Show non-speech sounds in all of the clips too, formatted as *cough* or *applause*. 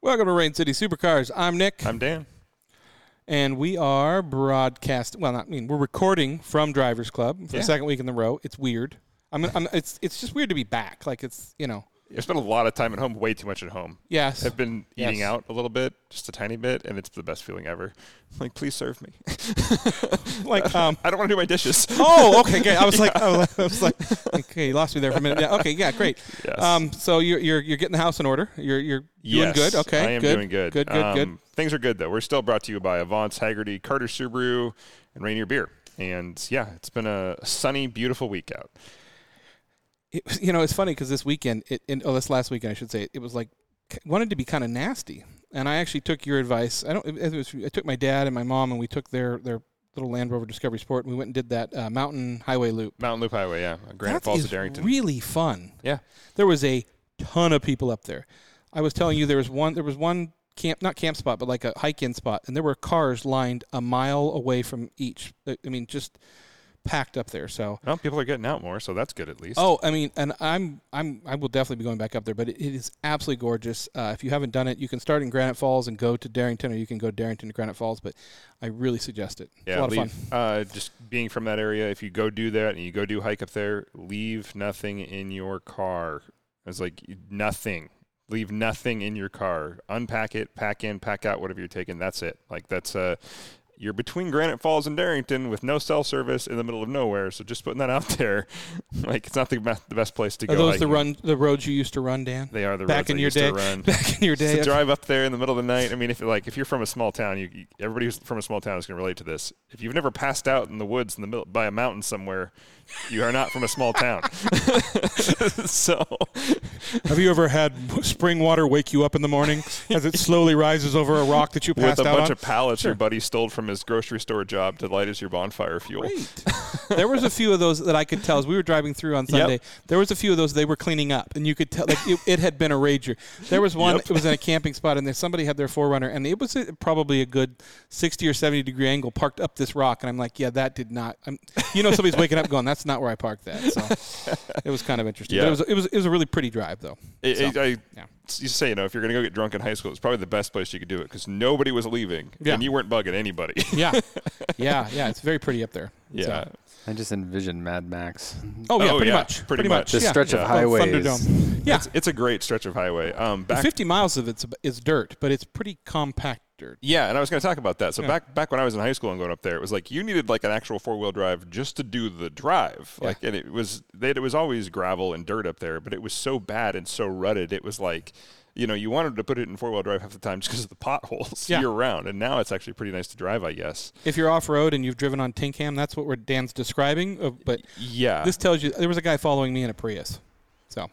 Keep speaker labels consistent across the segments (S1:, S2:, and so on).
S1: Welcome to Rain City Supercars. I'm Nick,
S2: I'm Dan.
S1: and we are broadcast. Well, not I mean we're recording from Drivers Club for
S2: Yeah.
S1: the second week in a row. It's weird. I'm, I'm it's it's just weird to be back. Like it's you know
S2: I spent a lot of time at home, way too much at home.
S1: yes.
S2: I've been eating
S1: Yes.
S2: out a little bit, just a tiny bit, and it's the best feeling ever. Like, please serve me. *laughs*
S1: like um.
S2: I don't want to do my dishes.
S1: Oh, okay, okay. I was like, I
S2: *laughs*
S1: was- I was like, okay, you lost me there for a minute. Yeah, okay, yeah, great.
S2: Yes.
S1: Um, so you're you're you're getting the house in order. You're you're doing
S2: Yes,
S1: good. Okay,
S2: I am
S1: good.
S2: doing good. Um,
S1: Good, good, good.
S2: Things are good though. We're still brought to you by Avance, Haggerty, Carter Subaru, and Rainier Beer. And yeah, it's been a sunny, beautiful week out.
S1: It was- *laughs* you know, it's funny because this weekend, it, in, oh, this last weekend, I should say, it was like k- wanted to be kind of nasty, and I actually took your advice. I don't. It was, I took my dad and my mom, and we took their their little Land Rover Discovery Sport, and we went and did that uh, mountain highway loop.
S2: Mountain Loop Highway, yeah, Grand
S1: That
S2: Falls
S1: is
S2: to Darrington.
S1: really fun.
S2: yeah,
S1: There was a ton of people up there. I was telling you there was one there was one camp not camp spot but like a hike in spot and there were cars lined a mile away from each. I I mean just packed up there. So
S2: well, people are getting out more, so that's good at least.
S1: Oh, I mean, and I'm I'm I will definitely be going back up there, but it, it is absolutely gorgeous. Uh, if you haven't done it, you can start in Granite Falls and go to Darrington, or you can go Darrington to Granite Falls. But I really suggest it. It's a
S2: yeah,
S1: lot of
S2: leave,
S1: fun.
S2: Uh, just being from that area, if you go do that and you go do hike up there, leave nothing in your car. I was like, nothing. Leave nothing in your car. Unpack it, pack in, pack out, whatever you're taking. That's it. Like that's uh, you're between Granite Falls and Darrington with no cell service in the middle of nowhere. So just putting that out *laughs* there, like it's not the best, the best place to
S1: Are
S2: go.
S1: those the
S2: hiking.
S1: run the roads you used to run, Dan?
S2: They are the
S1: back
S2: roads
S1: in
S2: I
S1: your
S2: used to
S1: day. *laughs*
S2: run.
S1: Back in your
S2: Just
S1: day.
S2: to drive up there in the middle of the night. I mean, if like if you're from a small town, you, you everybody who's from a small town is going to relate to this. If you've never passed out in the woods in the middle by a mountain somewhere, you are not from a
S1: *laughs*
S2: small town. so
S1: Have you ever had spring water wake you up in the
S2: *laughs*
S1: morning as it slowly rises over a rock that you
S2: with a bunch of pallets your buddy stole from his grocery store job to light as your bonfire fuel.
S1: Great. *laughs* there was a few of those that I could tell as we were driving through on Sunday. There was a few of those they were cleaning up, and you could tell like it, it had been a rager. There was one. It was in a camping spot, and there somebody had their forerunner, and it was a, probably a good sixty or seventy degree angle parked up this rock, and I'm like, yeah, that did not. I'm, you know, somebody's waking up going, that's not where I parked that. So it was kind of interesting. But
S2: Yeah.
S1: it was it was it was a really pretty drive though.
S2: It, it- I,
S1: yeah.
S2: You say you know if you're going to go get drunk in high school, it's probably the best place you could do it because nobody was leaving
S1: Yeah.
S2: and you weren't bugging anybody. *laughs*
S1: Yeah, yeah, yeah. It's very pretty up there.
S2: yeah.
S1: So-
S3: I just envision Mad Max.
S1: Oh yeah,
S2: Oh,
S1: pretty
S2: yeah,
S1: much.
S2: pretty much.
S1: Yeah.
S3: The stretch
S2: Yeah.
S3: of
S2: Oh,
S3: highways.
S1: Thunderdome. Yeah,
S2: It's, it's a great stretch of highway. Um,
S1: The
S2: back
S1: 50 miles of it's is dirt, but it's pretty compact dirt.
S2: Yeah, and I was going to talk about that. So back back when I was in high school and going up there, it was like you needed like an actual four wheel drive just to do the drive.
S1: Yeah.
S2: Like, and it was they, it was always gravel and dirt up there, but it was so bad and so rutted. It was like, you know, you wanted to put it in four wheel drive half the time just because of the potholes
S1: Yeah.
S2: year round. And now it's actually pretty nice to drive, I guess.
S1: If you're off road and you've driven on Tinkham, that's what we're Dan's describing. Uh, but
S2: Yeah,
S1: this tells you there was a guy following me in a Prius. So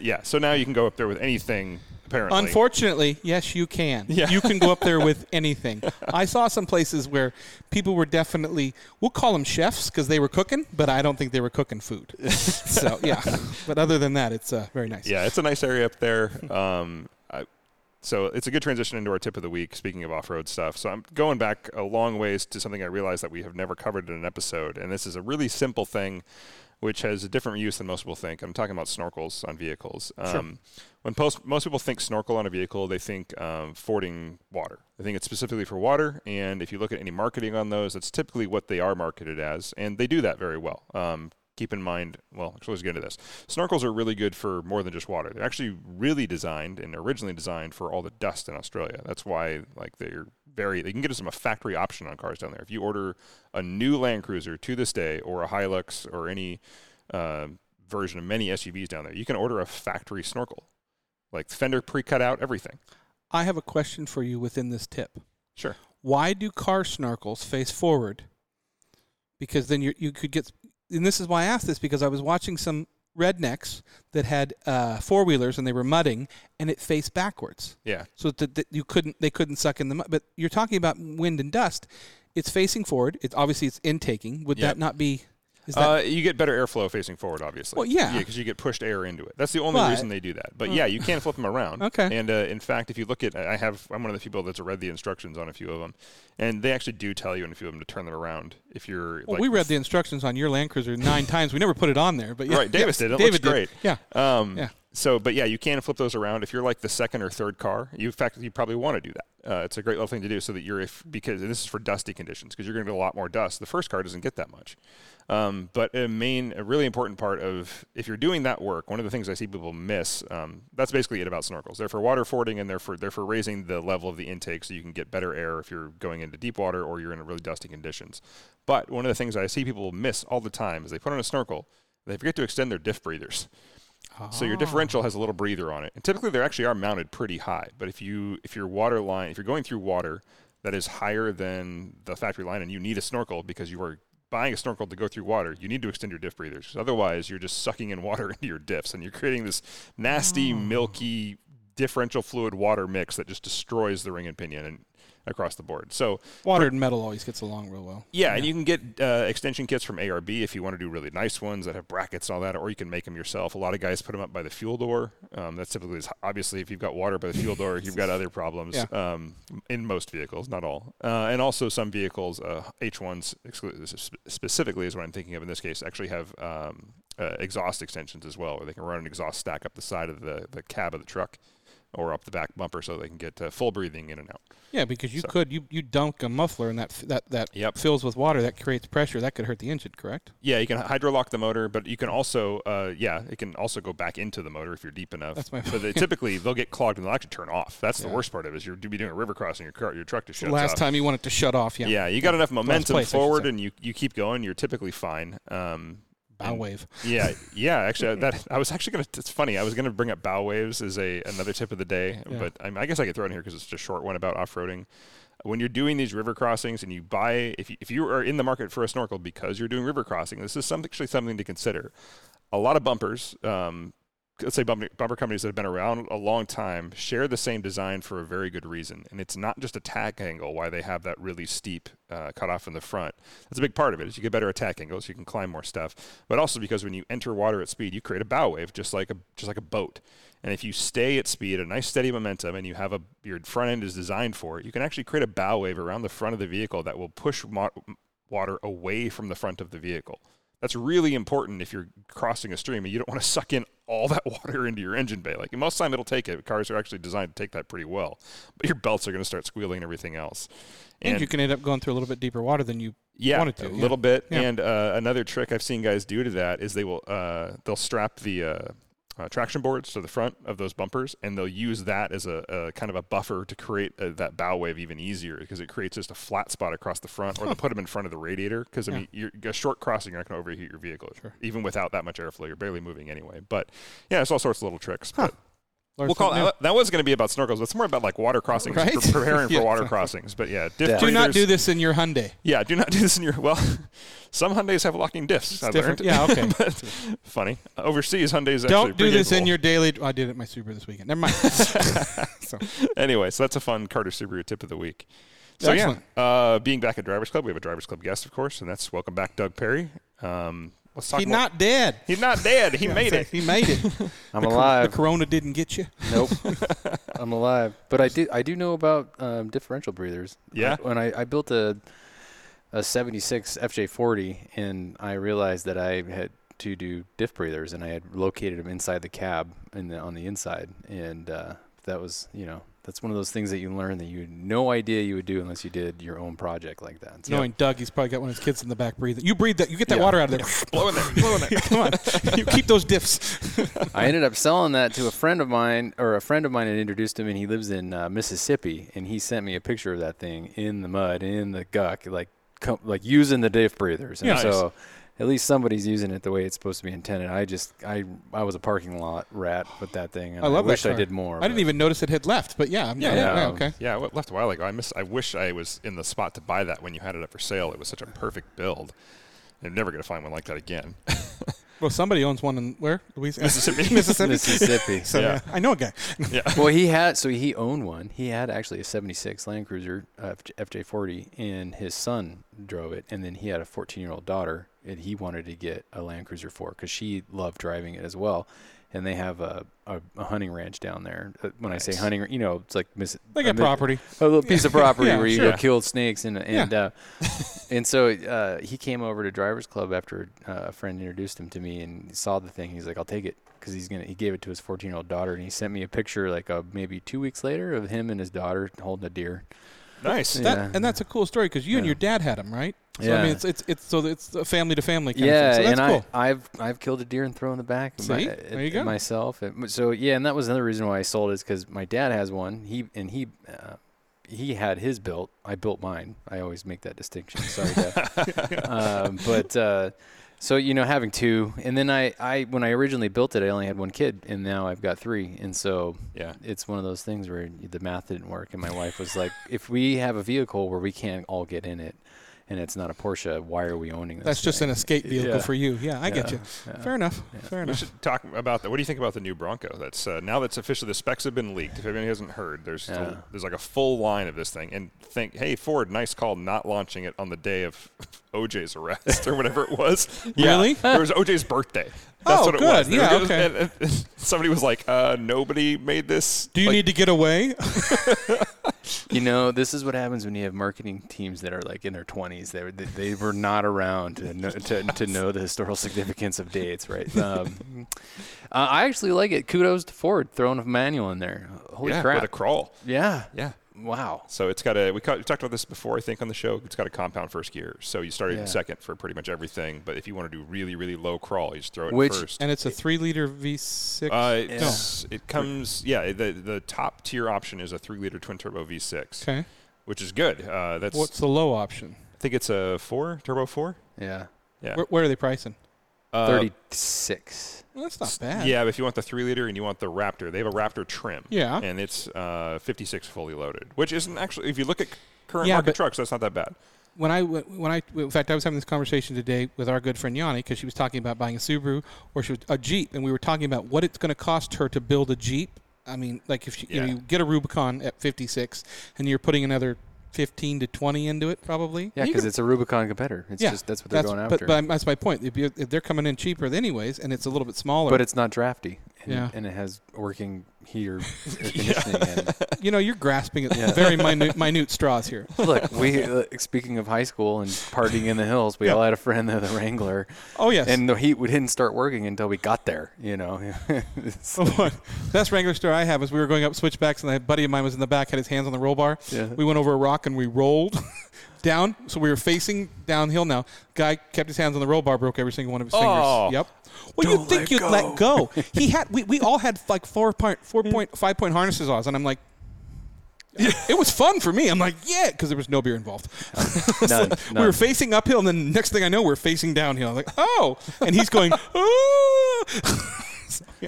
S2: yeah. So now you can go up there with anything. Apparently,
S1: unfortunately, yes, you can.
S2: Yeah.
S1: You can go up there
S2: *laughs*
S1: with anything. I saw some places where people were definitely we'll call them chefs because they were cooking, but I don't think they were cooking
S2: *laughs*
S1: food. so yeah. But other than that, it's uh, very nice.
S2: yeah, it's a nice area up there. Um, I, so it's a good transition into our tip of the week. Speaking of off-road stuff, so I'm going back a long ways to something I realized that we have never covered in an episode, and this is a really simple thing, which has a different use than most people think. I'm talking about snorkels on vehicles. Um, When post, most people think snorkel on a vehicle, they think um, fording water. They think it's specifically for water, and if you look at any marketing on those, that's typically what they are marketed as, and they do that very well. Um, keep in mind, well, actually, let's get into this. Snorkels are really good for more than just water. They're actually really designed and originally designed for all the dust in Australia. That's why, like, they're very, they can get us some a factory option on cars down there. If you order a new Land Cruiser to this day or a Hilux or any uh, version of many SUVs down there, you can order a factory snorkel. Like fender pre-cut out, everything.
S1: I have a question for you within this tip.
S2: Sure.
S1: why do car snorkels face forward? Because then you you could get, and this is why I asked this because I was watching some rednecks that had uh, four wheelers and they were mudding and it faced backwards,
S2: Yeah.
S1: so that, that you couldn't they couldn't suck in the mud. But you're talking about wind and dust. It's facing forward. It's obviously it's intaking. Would
S2: Yep.
S1: that not be? Is that
S2: Uh, you get better airflow facing forward, obviously.
S1: Well, yeah.
S2: because you get pushed air into it. That's the only
S1: But- Mm.
S2: reason they do that. But yeah, you can flip them around.
S1: Okay.
S2: And uh, in fact, if you look at, I have, I'm one of the people that's read the instructions on a few of them, and they actually do tell you in a few of them to turn them around if you're.
S1: well,
S2: like,
S1: we read *laughs* the instructions on your Land Cruiser nine times. We never put it on there, but yeah,
S2: Right, Davis
S1: yeah,
S2: did. It
S1: David
S2: looks great.
S1: Did. Yeah,
S2: Um,
S1: Yeah.
S2: So, but yeah, you can flip those around. If you're like the second or third car, you in fact you probably want to do that. Uh, it's a great little thing to do so that you're if because and this is for dusty conditions because you're going to get a lot more dust. The first car doesn't get that much, um, but a main a really important part of if you're doing that work, one of the things I see people miss. Um, that's basically it about snorkels. They're for water fording and they're for they're for raising the level of the intake so you can get better air if you're going into deep water or you're in really dusty conditions. But one of the things I see people miss all the time is they put on a snorkel, they forget to extend their diff breathers. So your differential has a little breather on it, and typically they actually are mounted pretty high. But if you if your water line, if you're going through water that is higher than the factory line, and you need a snorkel because you are buying a snorkel to go through water, you need to extend your diff breathers. 'Cause Otherwise, you're just sucking in water *laughs* into your diffs, and you're creating this nasty, milky differential fluid water mix that just destroys the ring and pinion and across the board. So
S1: Water and metal always gets along real well.
S2: yeah, and you can get uh, extension kits from ARB if you want to do really nice ones that have brackets and all that, or you can make them yourself. A lot of guys put them up by the fuel door. Um, that's typically obviously if you've got water by the fuel door, you've got other problems
S1: Yeah.
S2: um, in most vehicles, not all, uh, and also some vehicles uh, H1s exclu- sp- specifically is what I'm thinking of in this case actually have um, uh, exhaust extensions as well, where they can run an exhaust stack up the side of the, the cab of the truck or up the back bumper so they can get uh, full breathing in and out.
S1: Yeah, because you
S2: So-
S1: could you, you dunk a muffler and that f- that that
S2: Yep.
S1: fills with water that creates pressure that could hurt the engine. Correct.
S2: Yeah, you can hydrolock the motor, but you can also, uh, yeah, it can also go back into the motor if you're deep enough.
S1: That's my
S2: but
S1: *laughs*
S2: they, typically they'll get clogged and they'll actually turn off. That's the
S1: Yeah.
S2: worst part of it. Is you're do- be doing a river crossing, your car, your truck just shuts
S1: Last
S2: off.
S1: time you want it to shut off. Yeah.
S2: yeah. you got enough momentum
S1: place, I should
S2: forward,
S1: say.
S2: and you, you keep going. You're typically fine. Um,
S1: Bow wave.
S2: yeah, yeah. Actually, that I was actually gonna. It's funny. I was gonna bring up bow waves as a another tip of the day,
S1: Yeah.
S2: but I, mean, I guess I could throw it in here because it's just a short one about off roading. When you're doing these river crossings and you buy, if you, if you are in the market for a snorkel because you're doing river crossing, this is some, actually something to consider. A lot of bumpers, um, let's say bumper, bumper companies that have been around a long time, share the same design for a very good reason, and it's not just attack angle why they have that really steep uh, cutoff in the front. That's a big part of it. Is you get better attack angles, you can climb more stuff, but also because when you enter water at speed, you create a bow wave just like a just like a boat. And if you stay at speed, a nice steady momentum, and you have a your front end is designed for it, you can actually create a bow wave around the front of the vehicle that will push mo- water away from the front of the vehicle. That's really important if you're crossing a stream and you don't want to suck in all that *laughs* water into your engine bay. Like most time it'll take it. Cars are actually designed to take that pretty well, but your belts are going to start squealing and everything else.
S1: And, you can end up going through a little bit deeper water than you
S2: yeah,
S1: wanted to.
S2: a
S1: yeah.
S2: little bit.
S1: Yeah.
S2: And uh, another trick I've seen guys do to that is they will uh, they'll strap the uh, uh, traction boards to the front of those bumpers, and they'll use that as a, a kind of a buffer to create uh that bow wave even easier because it creates just a flat spot across the front, or they'll put them in front of the radiator because I mean you're, a short crossing you're not going to overheat your vehicle
S1: Sure.
S2: even without that much airflow. You're barely moving anyway. But yeah, it's all sorts of little tricks. But
S1: Learn
S2: we'll call
S1: something new.
S2: that, that was going to be about snorkels, but it's more about like water crossings, and
S1: Right?
S2: pre- preparing
S1: *laughs*
S2: for
S1: Yeah.
S2: water crossings. But yeah, diff
S3: Yeah.
S1: Do not
S2: breathers-
S1: do this in your Hyundai.
S2: yeah, do not do this in your. Well, *laughs* some Hyundai's have locking diffs. I
S1: different.
S2: learned.
S1: Yeah,
S2: *laughs*
S1: okay.
S2: But funny. Overseas Hyundai's actually
S1: Don't do
S2: pretty
S1: this in
S2: capable.
S1: your daily. I did it in my Super this weekend. Never mind. so,
S2: *laughs* Anyway, so that's a fun Carter Subaru tip of the week. So
S1: Excellent.
S2: yeah, uh, being back at Drivers Club, we have a Drivers Club guest, of course, and that's welcome back, Doug Perry. Um, let's *laughs* talk.
S1: he's
S2: more-
S1: not dead.
S2: He's not
S1: *laughs*
S2: dead. He made it.
S1: He made it.
S3: *laughs* I'm
S1: The cor-
S3: alive.
S1: The corona didn't get you.
S3: Nope, *laughs* I'm alive. But I do I do know about um, differential breathers.
S2: Yeah?
S3: I, when I, I built a a '76 FJ40, and I realized that I had to do diff breathers, and I had located them inside the cab and the, on the inside, and uh, that was you know that's one of those things that you learn that you had no idea you would do unless you did your own project like that. So-
S1: Knowing Doug, he's probably got one of his kids in the back breathing. You breathe that. You get that
S3: Yeah.
S1: water out of there. *laughs*
S2: Blowing there. Blowing there.
S1: Come on. You keep those diffs.
S3: I ended up selling that to a friend of mine, or a friend of mine had introduced him, and he lives in uh, Mississippi, and he sent me a picture of that thing in the mud, in the guck, like co like using the diff breathers. And
S2: Nice.
S3: so at least somebody's using it the way it's supposed to be intended. I just I I was a parking lot rat with that thing. And
S1: I
S3: I,
S1: love that
S3: wish I
S1: car.
S3: did more.
S1: I didn't
S3: but-
S1: even notice it had left, but yeah. I'm-
S2: Yeah,
S3: yeah.
S1: Okay.
S2: *laughs* Yeah, I left a while ago. I miss. I wish I was in the spot to buy that when you had it up for sale. It was such a perfect build. I'm never going to find one like
S1: *laughs*
S2: that again.
S1: Well, somebody owns one in where? Louisiana. *laughs*
S2: Mississippi.
S1: Mississippi.
S3: Mississippi.
S1: So,
S2: Yeah.
S1: yeah, I know a guy.
S3: well, he had so he owned one. He had actually a '76 Land Cruiser uh, FJ40, and his son drove it. And then he had a 14-year-old daughter, and he wanted to get a Land Cruiser 4 because she loved driving it as well. And they have a, a, a hunting ranch down there. Uh, When I
S2: Nice.
S3: say hunting, you know, it's like miss,
S1: They got
S3: mi-
S1: property.
S3: a little piece of property
S1: Yeah, *laughs*
S3: where you
S2: sure.
S3: go kill snakes and and uh, and so uh, he came over to drivers club after uh, a friend introduced him to me and saw the thing. He's like, "I'll take it," 'cause because he's gonna he gave it to his 14 year old daughter, and he sent me a picture like uh, maybe two weeks later of him and his daughter holding a deer.
S2: Nice.
S1: That,
S3: Yeah.
S1: And that's a cool story because you and
S3: Yeah.
S1: your dad had them, right? So I
S3: Yeah.
S1: mean, it's it's, it's so it's a family to family kind
S3: yeah,
S1: of thing. So that's
S3: and
S1: cool.
S3: I, I've I've killed a deer and thrown in the back. of
S1: See?
S3: uh,
S1: There you go.
S3: Myself. It- so yeah, and that was another reason why I sold is because my dad has one. He and he. Uh, he had his built. I built mine. I always make that distinction. Sorry,
S1: *laughs*
S3: Dad. um, but uh, so you know, having two, and then I, I, when I originally built it, I only had one kid, and now I've got three, and so
S2: Yeah.
S3: it's one of those things where the math didn't work, and my wife was like, "If we have a vehicle where we can't all get in it, and it's not a Porsche, why are we owning this?"
S1: that's just
S3: thing?
S1: an escape vehicle
S3: Yeah.
S1: for you. Yeah, I get you. Fair enough. Fair
S2: We
S1: enough.
S2: should talk about that. What do you think about the new Bronco? That's uh, now that's official. The specs have been leaked. If anybody hasn't heard, there's a-
S3: Yeah.
S2: there's like a full line of this thing. And think, hey Ford, nice call not launching it on the day of *laughs* OJ's arrest or whatever it was.
S1: Really?
S2: Yeah, it was OJ's birthday. That's
S1: Oh,
S2: what it
S1: good.
S2: was. They were
S1: Yeah,
S2: gonna-
S1: okay.
S2: and- and- and somebody was like, uh, nobody made this.
S1: Do you
S2: Like,
S1: need to get away?
S3: You know, this is what happens when you have marketing teams that are like in their 20s. They were, they, they were not around to know, to, to know the historical significance of dates, right? Um, uh, I actually like it. Kudos to Ford throwing a manual in there. Holy
S2: yeah,
S3: crap!
S2: with a crawl?
S3: yeah.
S2: Yeah.
S3: Wow.
S2: So it's got a. We ca- we talked about this before, I think, on the show. It's got a compound first gear, so you start it
S3: Yeah.
S2: in second for pretty much everything. But if you want to do really, really low crawl, you just throw it
S3: Which-
S2: in first.
S1: and it's a three liter V6.
S2: Uh, it's, It comes, yeah. The the top tier option is a three liter twin turbo V6,
S1: okay.
S2: which is good. Uh, that's
S1: What's the low option?
S2: I think it's a four turbo four.
S3: Yeah.
S2: Yeah,
S1: Where, where are they pricing?
S2: Uh,
S3: 36.
S1: Well, that's not bad.
S2: Yeah, but if you want the three liter and you want the Raptor, they have a Raptor trim.
S1: Yeah.
S2: and it's uh, 56 fully loaded, which isn't actually. If you look at current
S1: Yeah,
S2: market
S1: but-
S2: trucks, that's not that bad.
S1: when I w- when I in fact I was having this conversation today with our good friend Yanni because she was talking about buying a Subaru or she was a Jeep and we were talking about what it's going to cost her to build a Jeep. I mean, like if she, you, know,
S2: Yeah.
S1: you get a Rubicon at 56 and you're putting another 15 to 20 into it probably.
S3: Yeah,
S1: You
S3: because
S1: could-
S3: it's a Rubicon competitor. It's just that's what they're going
S1: but-
S3: after.
S1: But, that's my point. If you're- if they're coming in cheaper anyways and it's a little bit smaller.
S3: But it's not drafty. And,
S1: Yeah.
S3: and it has working heater air conditioning. and,
S1: you know, you're grasping at very
S3: *laughs*
S1: minute minute straws here.
S2: *laughs*
S3: Look, we uh, speaking of high school and partying in the hills, we all had a friend that had a Wrangler,
S1: Oh yes.
S3: and the heat we didn't start working until we got there. You know,
S2: *laughs*
S3: *laughs* It's-
S1: *laughs* One- Best Wrangler story I have is we were going up switchbacks, and a buddy of mine was in the back, had his hands on the roll bar.
S3: Yeah.
S1: We went over a rock and we rolled *laughs* down. So we were facing downhill now. Guy kept his hands on the roll bar, broke every single one of his
S2: Oh.
S1: fingers. Yep. Well, you'd
S3: Don't
S1: think
S3: let
S1: you'd
S3: go.
S1: let go. He had. We, we all had like four point, four point, five point harnesses on, us, and I'm like. It was fun for me. I'm like, yeah, because there was no beer involved.
S3: none,
S1: *laughs* We were
S3: Uh, none.
S1: facing uphill, and then next thing I know, we're facing downhill. I'm like, oh, and he's going, *laughs* oh,
S2: *laughs*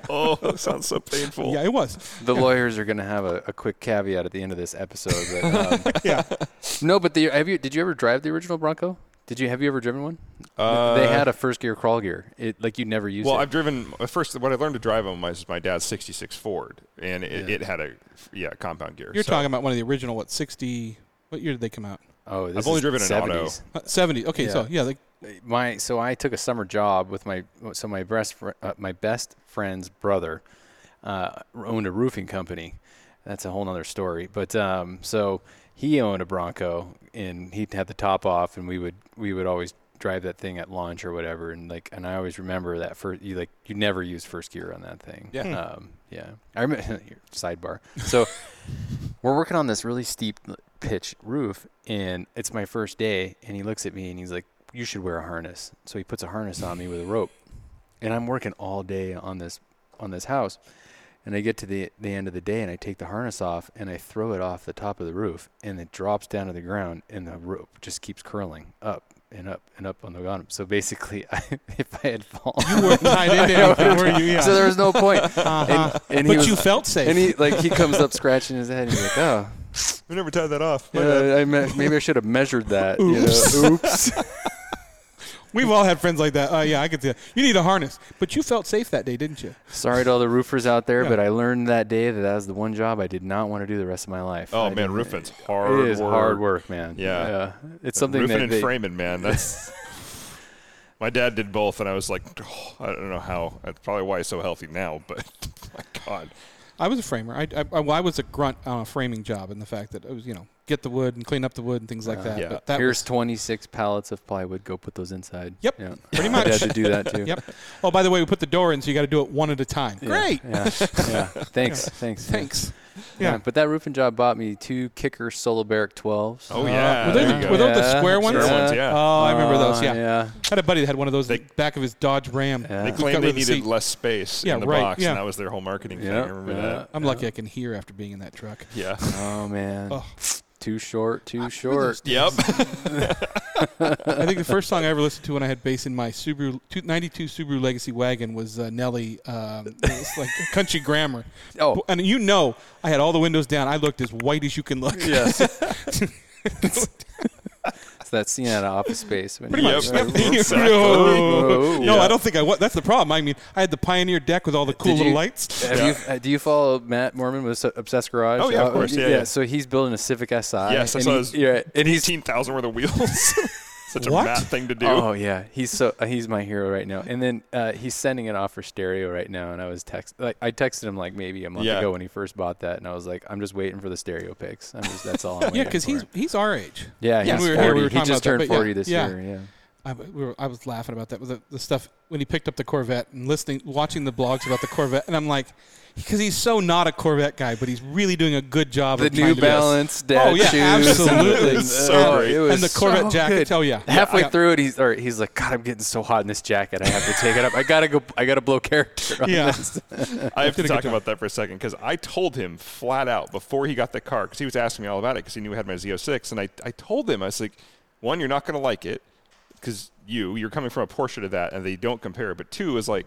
S2: Oh, that sounds so painful.
S1: yeah, it was.
S3: the lawyers are going to have a, a quick caveat at the end of this episode.
S2: *laughs*
S3: But, um,
S1: Yeah,
S3: no, but the, have you? Did you ever drive the original Bronco? Did you have you ever driven one?
S2: Uh,
S3: they had a first gear crawl gear. It like you never used
S2: Well,
S3: it.
S2: I've driven uh, first. What I learned to drive on was my dad's '66 Ford, and it,
S3: Yeah.
S2: it had a yeah compound gear.
S1: You're
S2: so-
S1: talking about one of the original, what, 60, what year did they come out?
S3: oh, this
S2: I've only
S3: is
S2: driven an auto.
S3: 70s.
S1: Uh, 70. Okay, so yeah,
S3: Yeah.
S1: like,
S3: my so I took a summer job with my so my best fr- uh, my best friend's brother uh, owned a roofing company. That's a whole nother story. But um, so he owned a Bronco and he had the top off, and we would we would always drive that thing at lunch or whatever. And like, and I always remember that first you like you never used first gear on that thing.
S2: Yeah.
S3: um, yeah. I remember *laughs* sidebar. So we're working on this really steep l- pitch roof and it's my first day and he looks at me and he's like you should wear a harness so he puts a harness on me with a rope and i'm working all day on this on this house and i get to the the end of the day and i take the harness off and i throw it off the top of the roof and it drops down to the ground and the rope just keeps curling up and up and up on the bottom so basically *laughs* I, if i had fallen
S1: you were tied into him, were you? Yeah.
S3: *laughs*
S1: Uh-huh.
S3: so there was
S1: *laughs*
S3: no point and, and he
S1: but
S3: was,
S1: you felt safe.
S3: and he like he comes up scratching his head and he's like oh
S2: We never tied that off. My bad.
S3: yeah, I me- maybe I should have measured that. you know.
S1: Oops.
S3: *laughs*
S1: *laughs*
S3: Oops.
S1: We've all had friends like that. Uh, yeah, I could see that. You need a harness. But you felt safe that day, didn't you?
S3: Sorry to all the roofers out there,
S1: Yeah.
S3: but I learned that day that that was the one job I did not want to do the rest of my life.
S2: Oh
S3: I
S2: man,
S3: didn't-
S2: roofing's
S3: It
S2: hard.
S3: is
S2: work.
S3: hard work, man.
S2: Yeah.
S1: Uh,
S3: It's something
S2: roofing
S3: that
S2: and
S3: they,
S2: framing, man.
S3: *laughs*
S2: That's my dad did both, and I was like, oh, I don't know how. That's probably why he's so healthy now. *laughs* But oh my God,
S1: I was a framer. I, I, I- well, I was a grunt on a framing job, and the fact that it was, you know, get the wood and clean up the wood and things like that.
S2: Yeah.
S1: But that
S3: Here's
S1: was-
S3: 26 pallets of plywood. Go put those inside.
S1: Yep,
S3: Yeah.
S1: pretty
S3: *laughs* My
S1: much.
S3: dad would do that too.
S1: Yep. Oh, by the way, we put the door in, so you got to do it one at a time.
S3: Yeah,
S1: Great. *laughs*
S3: Yeah. yeah. Thanks. Thanks. yeah.
S1: Thanks.
S3: Yeah.
S1: Yeah.
S3: But that roofing job bought me two kicker Solobaric 12s.
S2: Oh, yeah.
S1: Uh, were they
S2: there
S1: the-
S2: you go.
S1: were those the square ones?
S2: Square ones,
S1: Oh,
S2: yeah.
S1: I remember those.
S3: Uh,
S1: Yeah.
S3: Yeah.
S1: I had a buddy that had one of those in
S2: They-
S1: the back of his Dodge Ram.
S3: Yeah.
S2: They
S3: We've
S2: claimed
S1: got
S2: they
S1: rid of the seat.
S2: needed less space
S1: Yeah,
S2: in the
S1: right,
S2: box,
S1: yeah.
S2: and that was their whole marketing
S3: Yeah,
S2: thing. You remember
S3: yeah.
S2: that?
S1: I'm lucky I can hear after being in that truck.
S2: Yeah.
S3: *laughs* Oh man.
S1: Oh.
S3: Too short.
S1: Uh,
S3: Too short.
S2: *laughs* Yep.
S1: I think the first song I ever listened to when I had bass in my Subaru two- 92 Subaru Legacy wagon was uh, Nelly. Um, *laughs* it was like country grammar.
S3: Oh.
S1: And you know, I had all the windows down. I looked as white as you can look. *laughs*
S3: Yes. it's that scene out of Office Space.
S1: *laughs*
S3: When
S1: Pretty
S3: you-
S2: Yep.
S1: much. Yep.
S2: Exactly.
S1: No.
S3: Whoa.
S1: No,
S2: Yeah.
S1: I don't think I. wa- That's the problem. I mean, I had the Pioneer deck with all the cool
S3: Did
S1: little
S3: you-
S1: lights.
S3: Have you, uh, do you follow Matt Mormon with Obs- Obsessed Garage? Uh,
S2: Oh, yeah, of course. Yeah, yeah.
S3: So he's building a Civic SI.
S2: Yes, I
S3: and
S2: saw
S3: he-
S2: his-
S3: yeah, and he's
S2: 18,000 worth of wheels. *laughs* Such a
S1: What? Uh-huh.
S2: mad thing to do.
S3: Oh yeah, he's so uh, he's my hero right now. And then uh, he's sending it off for stereo right now. And I was text like I texted him like maybe a month
S2: Yeah.
S3: ago when he first bought that, and I was like, I'm just waiting for the stereo picks. I'm just that's all. I'm
S1: *laughs* Yeah,
S3: waiting
S1: because
S3: for.
S1: he's he's our age.
S3: yeah,
S1: yeah,
S3: he's
S1: we were
S3: 40.
S1: here, we were
S3: he
S1: talking
S3: just
S1: about that,
S3: turned
S1: but yeah,
S3: 40 this
S1: yeah.
S3: year. Yeah.
S1: I, we were, I was laughing about that with the, the stuff when he picked up the Corvette and listening, watching the blogs about the Corvette, and I'm like, because he's so not a Corvette guy, but he's really doing a good job.
S3: The
S1: of trying
S3: New
S1: to be a-
S3: Balance dad
S1: Oh, yeah,
S3: shoes.
S1: absolutely.
S3: *laughs* and-
S2: So
S3: oh,
S2: great.
S3: it was
S1: and the Corvette
S3: so
S1: jacket.
S3: good.
S1: Oh yeah,
S3: Halfway
S1: Yeah.
S3: through it, he's or he's like, God, I'm getting so hot in this jacket. I have to take it up. I gotta go. I gotta blow character.
S1: *laughs*
S3: On
S1: Yeah.
S3: *laughs* this.
S1: *laughs*
S2: I have to
S1: did a good
S2: talk
S1: job.
S2: about that for a second because I told him flat out before he got the car because he was asking me all about it because he knew I had my Z06 and I, I told him I was like, one, you're not going to like it because you you're coming from a Porsche to that and they don't compare. But two is like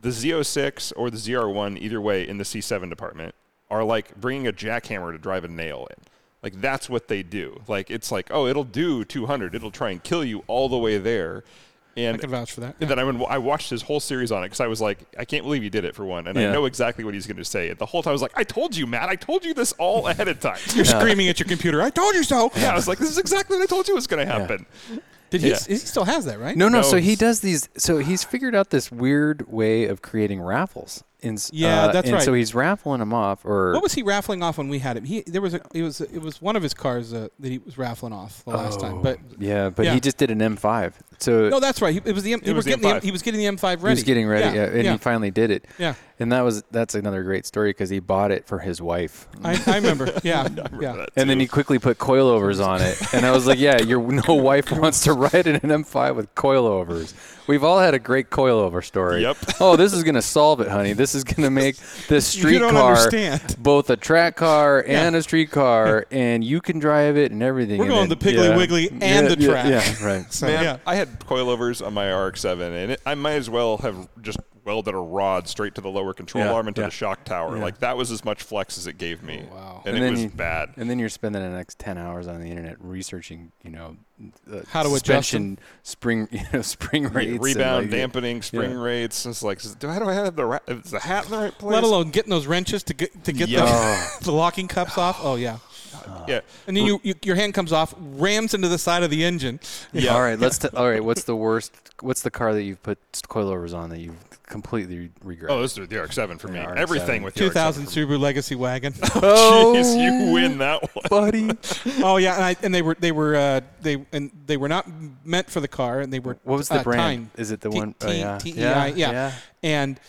S2: the Z06 or the ZR1 either way in the C7 department are like bringing a jackhammer to drive a nail in. Like that's what they do. Like it's like oh it'll do 200. It'll try and kill you all the way there. And
S1: I can vouch for that.
S2: and then I, went, I watched his whole series on it because I was like, I can't believe you did it for one, and
S3: Yeah.
S2: I know exactly what he's going to say. And the whole time I was like, I told you, Matt. I told you this all ahead of
S3: *laughs*
S2: time.
S1: You're screaming at your computer. I told you so.
S2: yeah, I was like, this is exactly what I told you was going to happen.
S1: Did he?
S2: Yeah.
S1: He still has that, right?
S3: No, no.
S2: No,
S3: So he
S2: it's-
S3: does these. So he's figured out this weird way of creating raffles. And, s-
S1: Yeah,
S3: uh,
S1: that's
S3: and
S1: right.
S3: So he's raffling them off, or
S1: What was he raffling off when we had him? He there was a, it was it was one of his cars uh, that he was raffling off the
S3: Oh.
S1: last time. But
S3: yeah, but
S1: Yeah.
S3: he just did an M5. So
S1: no, that's right. He, it was the M, he
S2: was the
S1: getting the M-
S2: M5.
S1: he was getting the M5 ready.
S3: he was getting ready, yeah, and
S1: yeah.
S3: he finally did it.
S1: Yeah.
S3: And that was that's another great story because he bought it for his wife.
S1: I, I
S3: *laughs*
S1: remember. Yeah, yeah.
S2: That
S3: And then
S2: too.
S3: he quickly put coilovers on it, and I was like, "Yeah, your *laughs* no wife wants to ride in an M5 with coilovers." We've all had a great coilover story.
S2: Yep.
S3: *laughs* Oh, this is gonna solve it, honey. This is gonna make this
S1: *laughs*
S3: street
S1: You don't
S3: car
S1: understand.
S3: both a
S1: *laughs*
S3: track car and a street car, and you can drive it and everything.
S1: We're
S3: and
S1: going
S3: then-
S1: the Piggly Wiggly and the
S3: yeah,
S1: track. *laughs*
S3: Yeah, right.
S1: So,
S2: Man,
S1: yeah.
S2: I had coilovers on my RX-7, and it, I might as well have just welded a rod straight to the lower control
S3: Yeah,
S2: arm and to
S3: yeah.
S2: the shock tower.
S3: Yeah.
S2: Like that was as much flex as it gave me.
S1: Oh, wow.
S2: and, it
S3: then
S2: was
S3: you- *laughs*
S2: bad.
S3: And then you're spending the next ten hours on the internet researching, you know, uh,
S1: How to adjust
S3: suspension, spring, *laughs* you know, spring rates, and,
S2: Rebound,
S3: like,
S2: dampening, spring
S3: yeah.
S2: rates. It's like, do I, do I have the ra- is the hat in the right place?
S1: Let alone getting those wrenches to get to get
S2: Yeah.
S1: *laughs* the, the locking cups off. Oh yeah.
S2: yeah,
S1: And then you, you your hand comes off, rams into the side of the engine.
S2: yeah.
S3: All
S1: *laughs*
S3: right, let's. T- all right, what's the worst? What's the car that you've put coilovers on that you've completely regret?
S2: Oh, this is the RX-7 for me.
S3: Yeah, RX-7.
S2: Everything with the
S1: 2000
S2: RX-7
S1: Subaru Legacy wagon. *laughs*
S2: for me. *laughs* Jeez, you win that one. *laughs*
S3: buddy.
S1: oh yeah, and, I, and they were they were uh, they and they were not meant for the car, and they were
S3: What was the
S1: uh,
S3: brand?
S1: timed.
S3: Is it the
S1: T-
S3: one? oh,
S1: T- TEI, yeah. And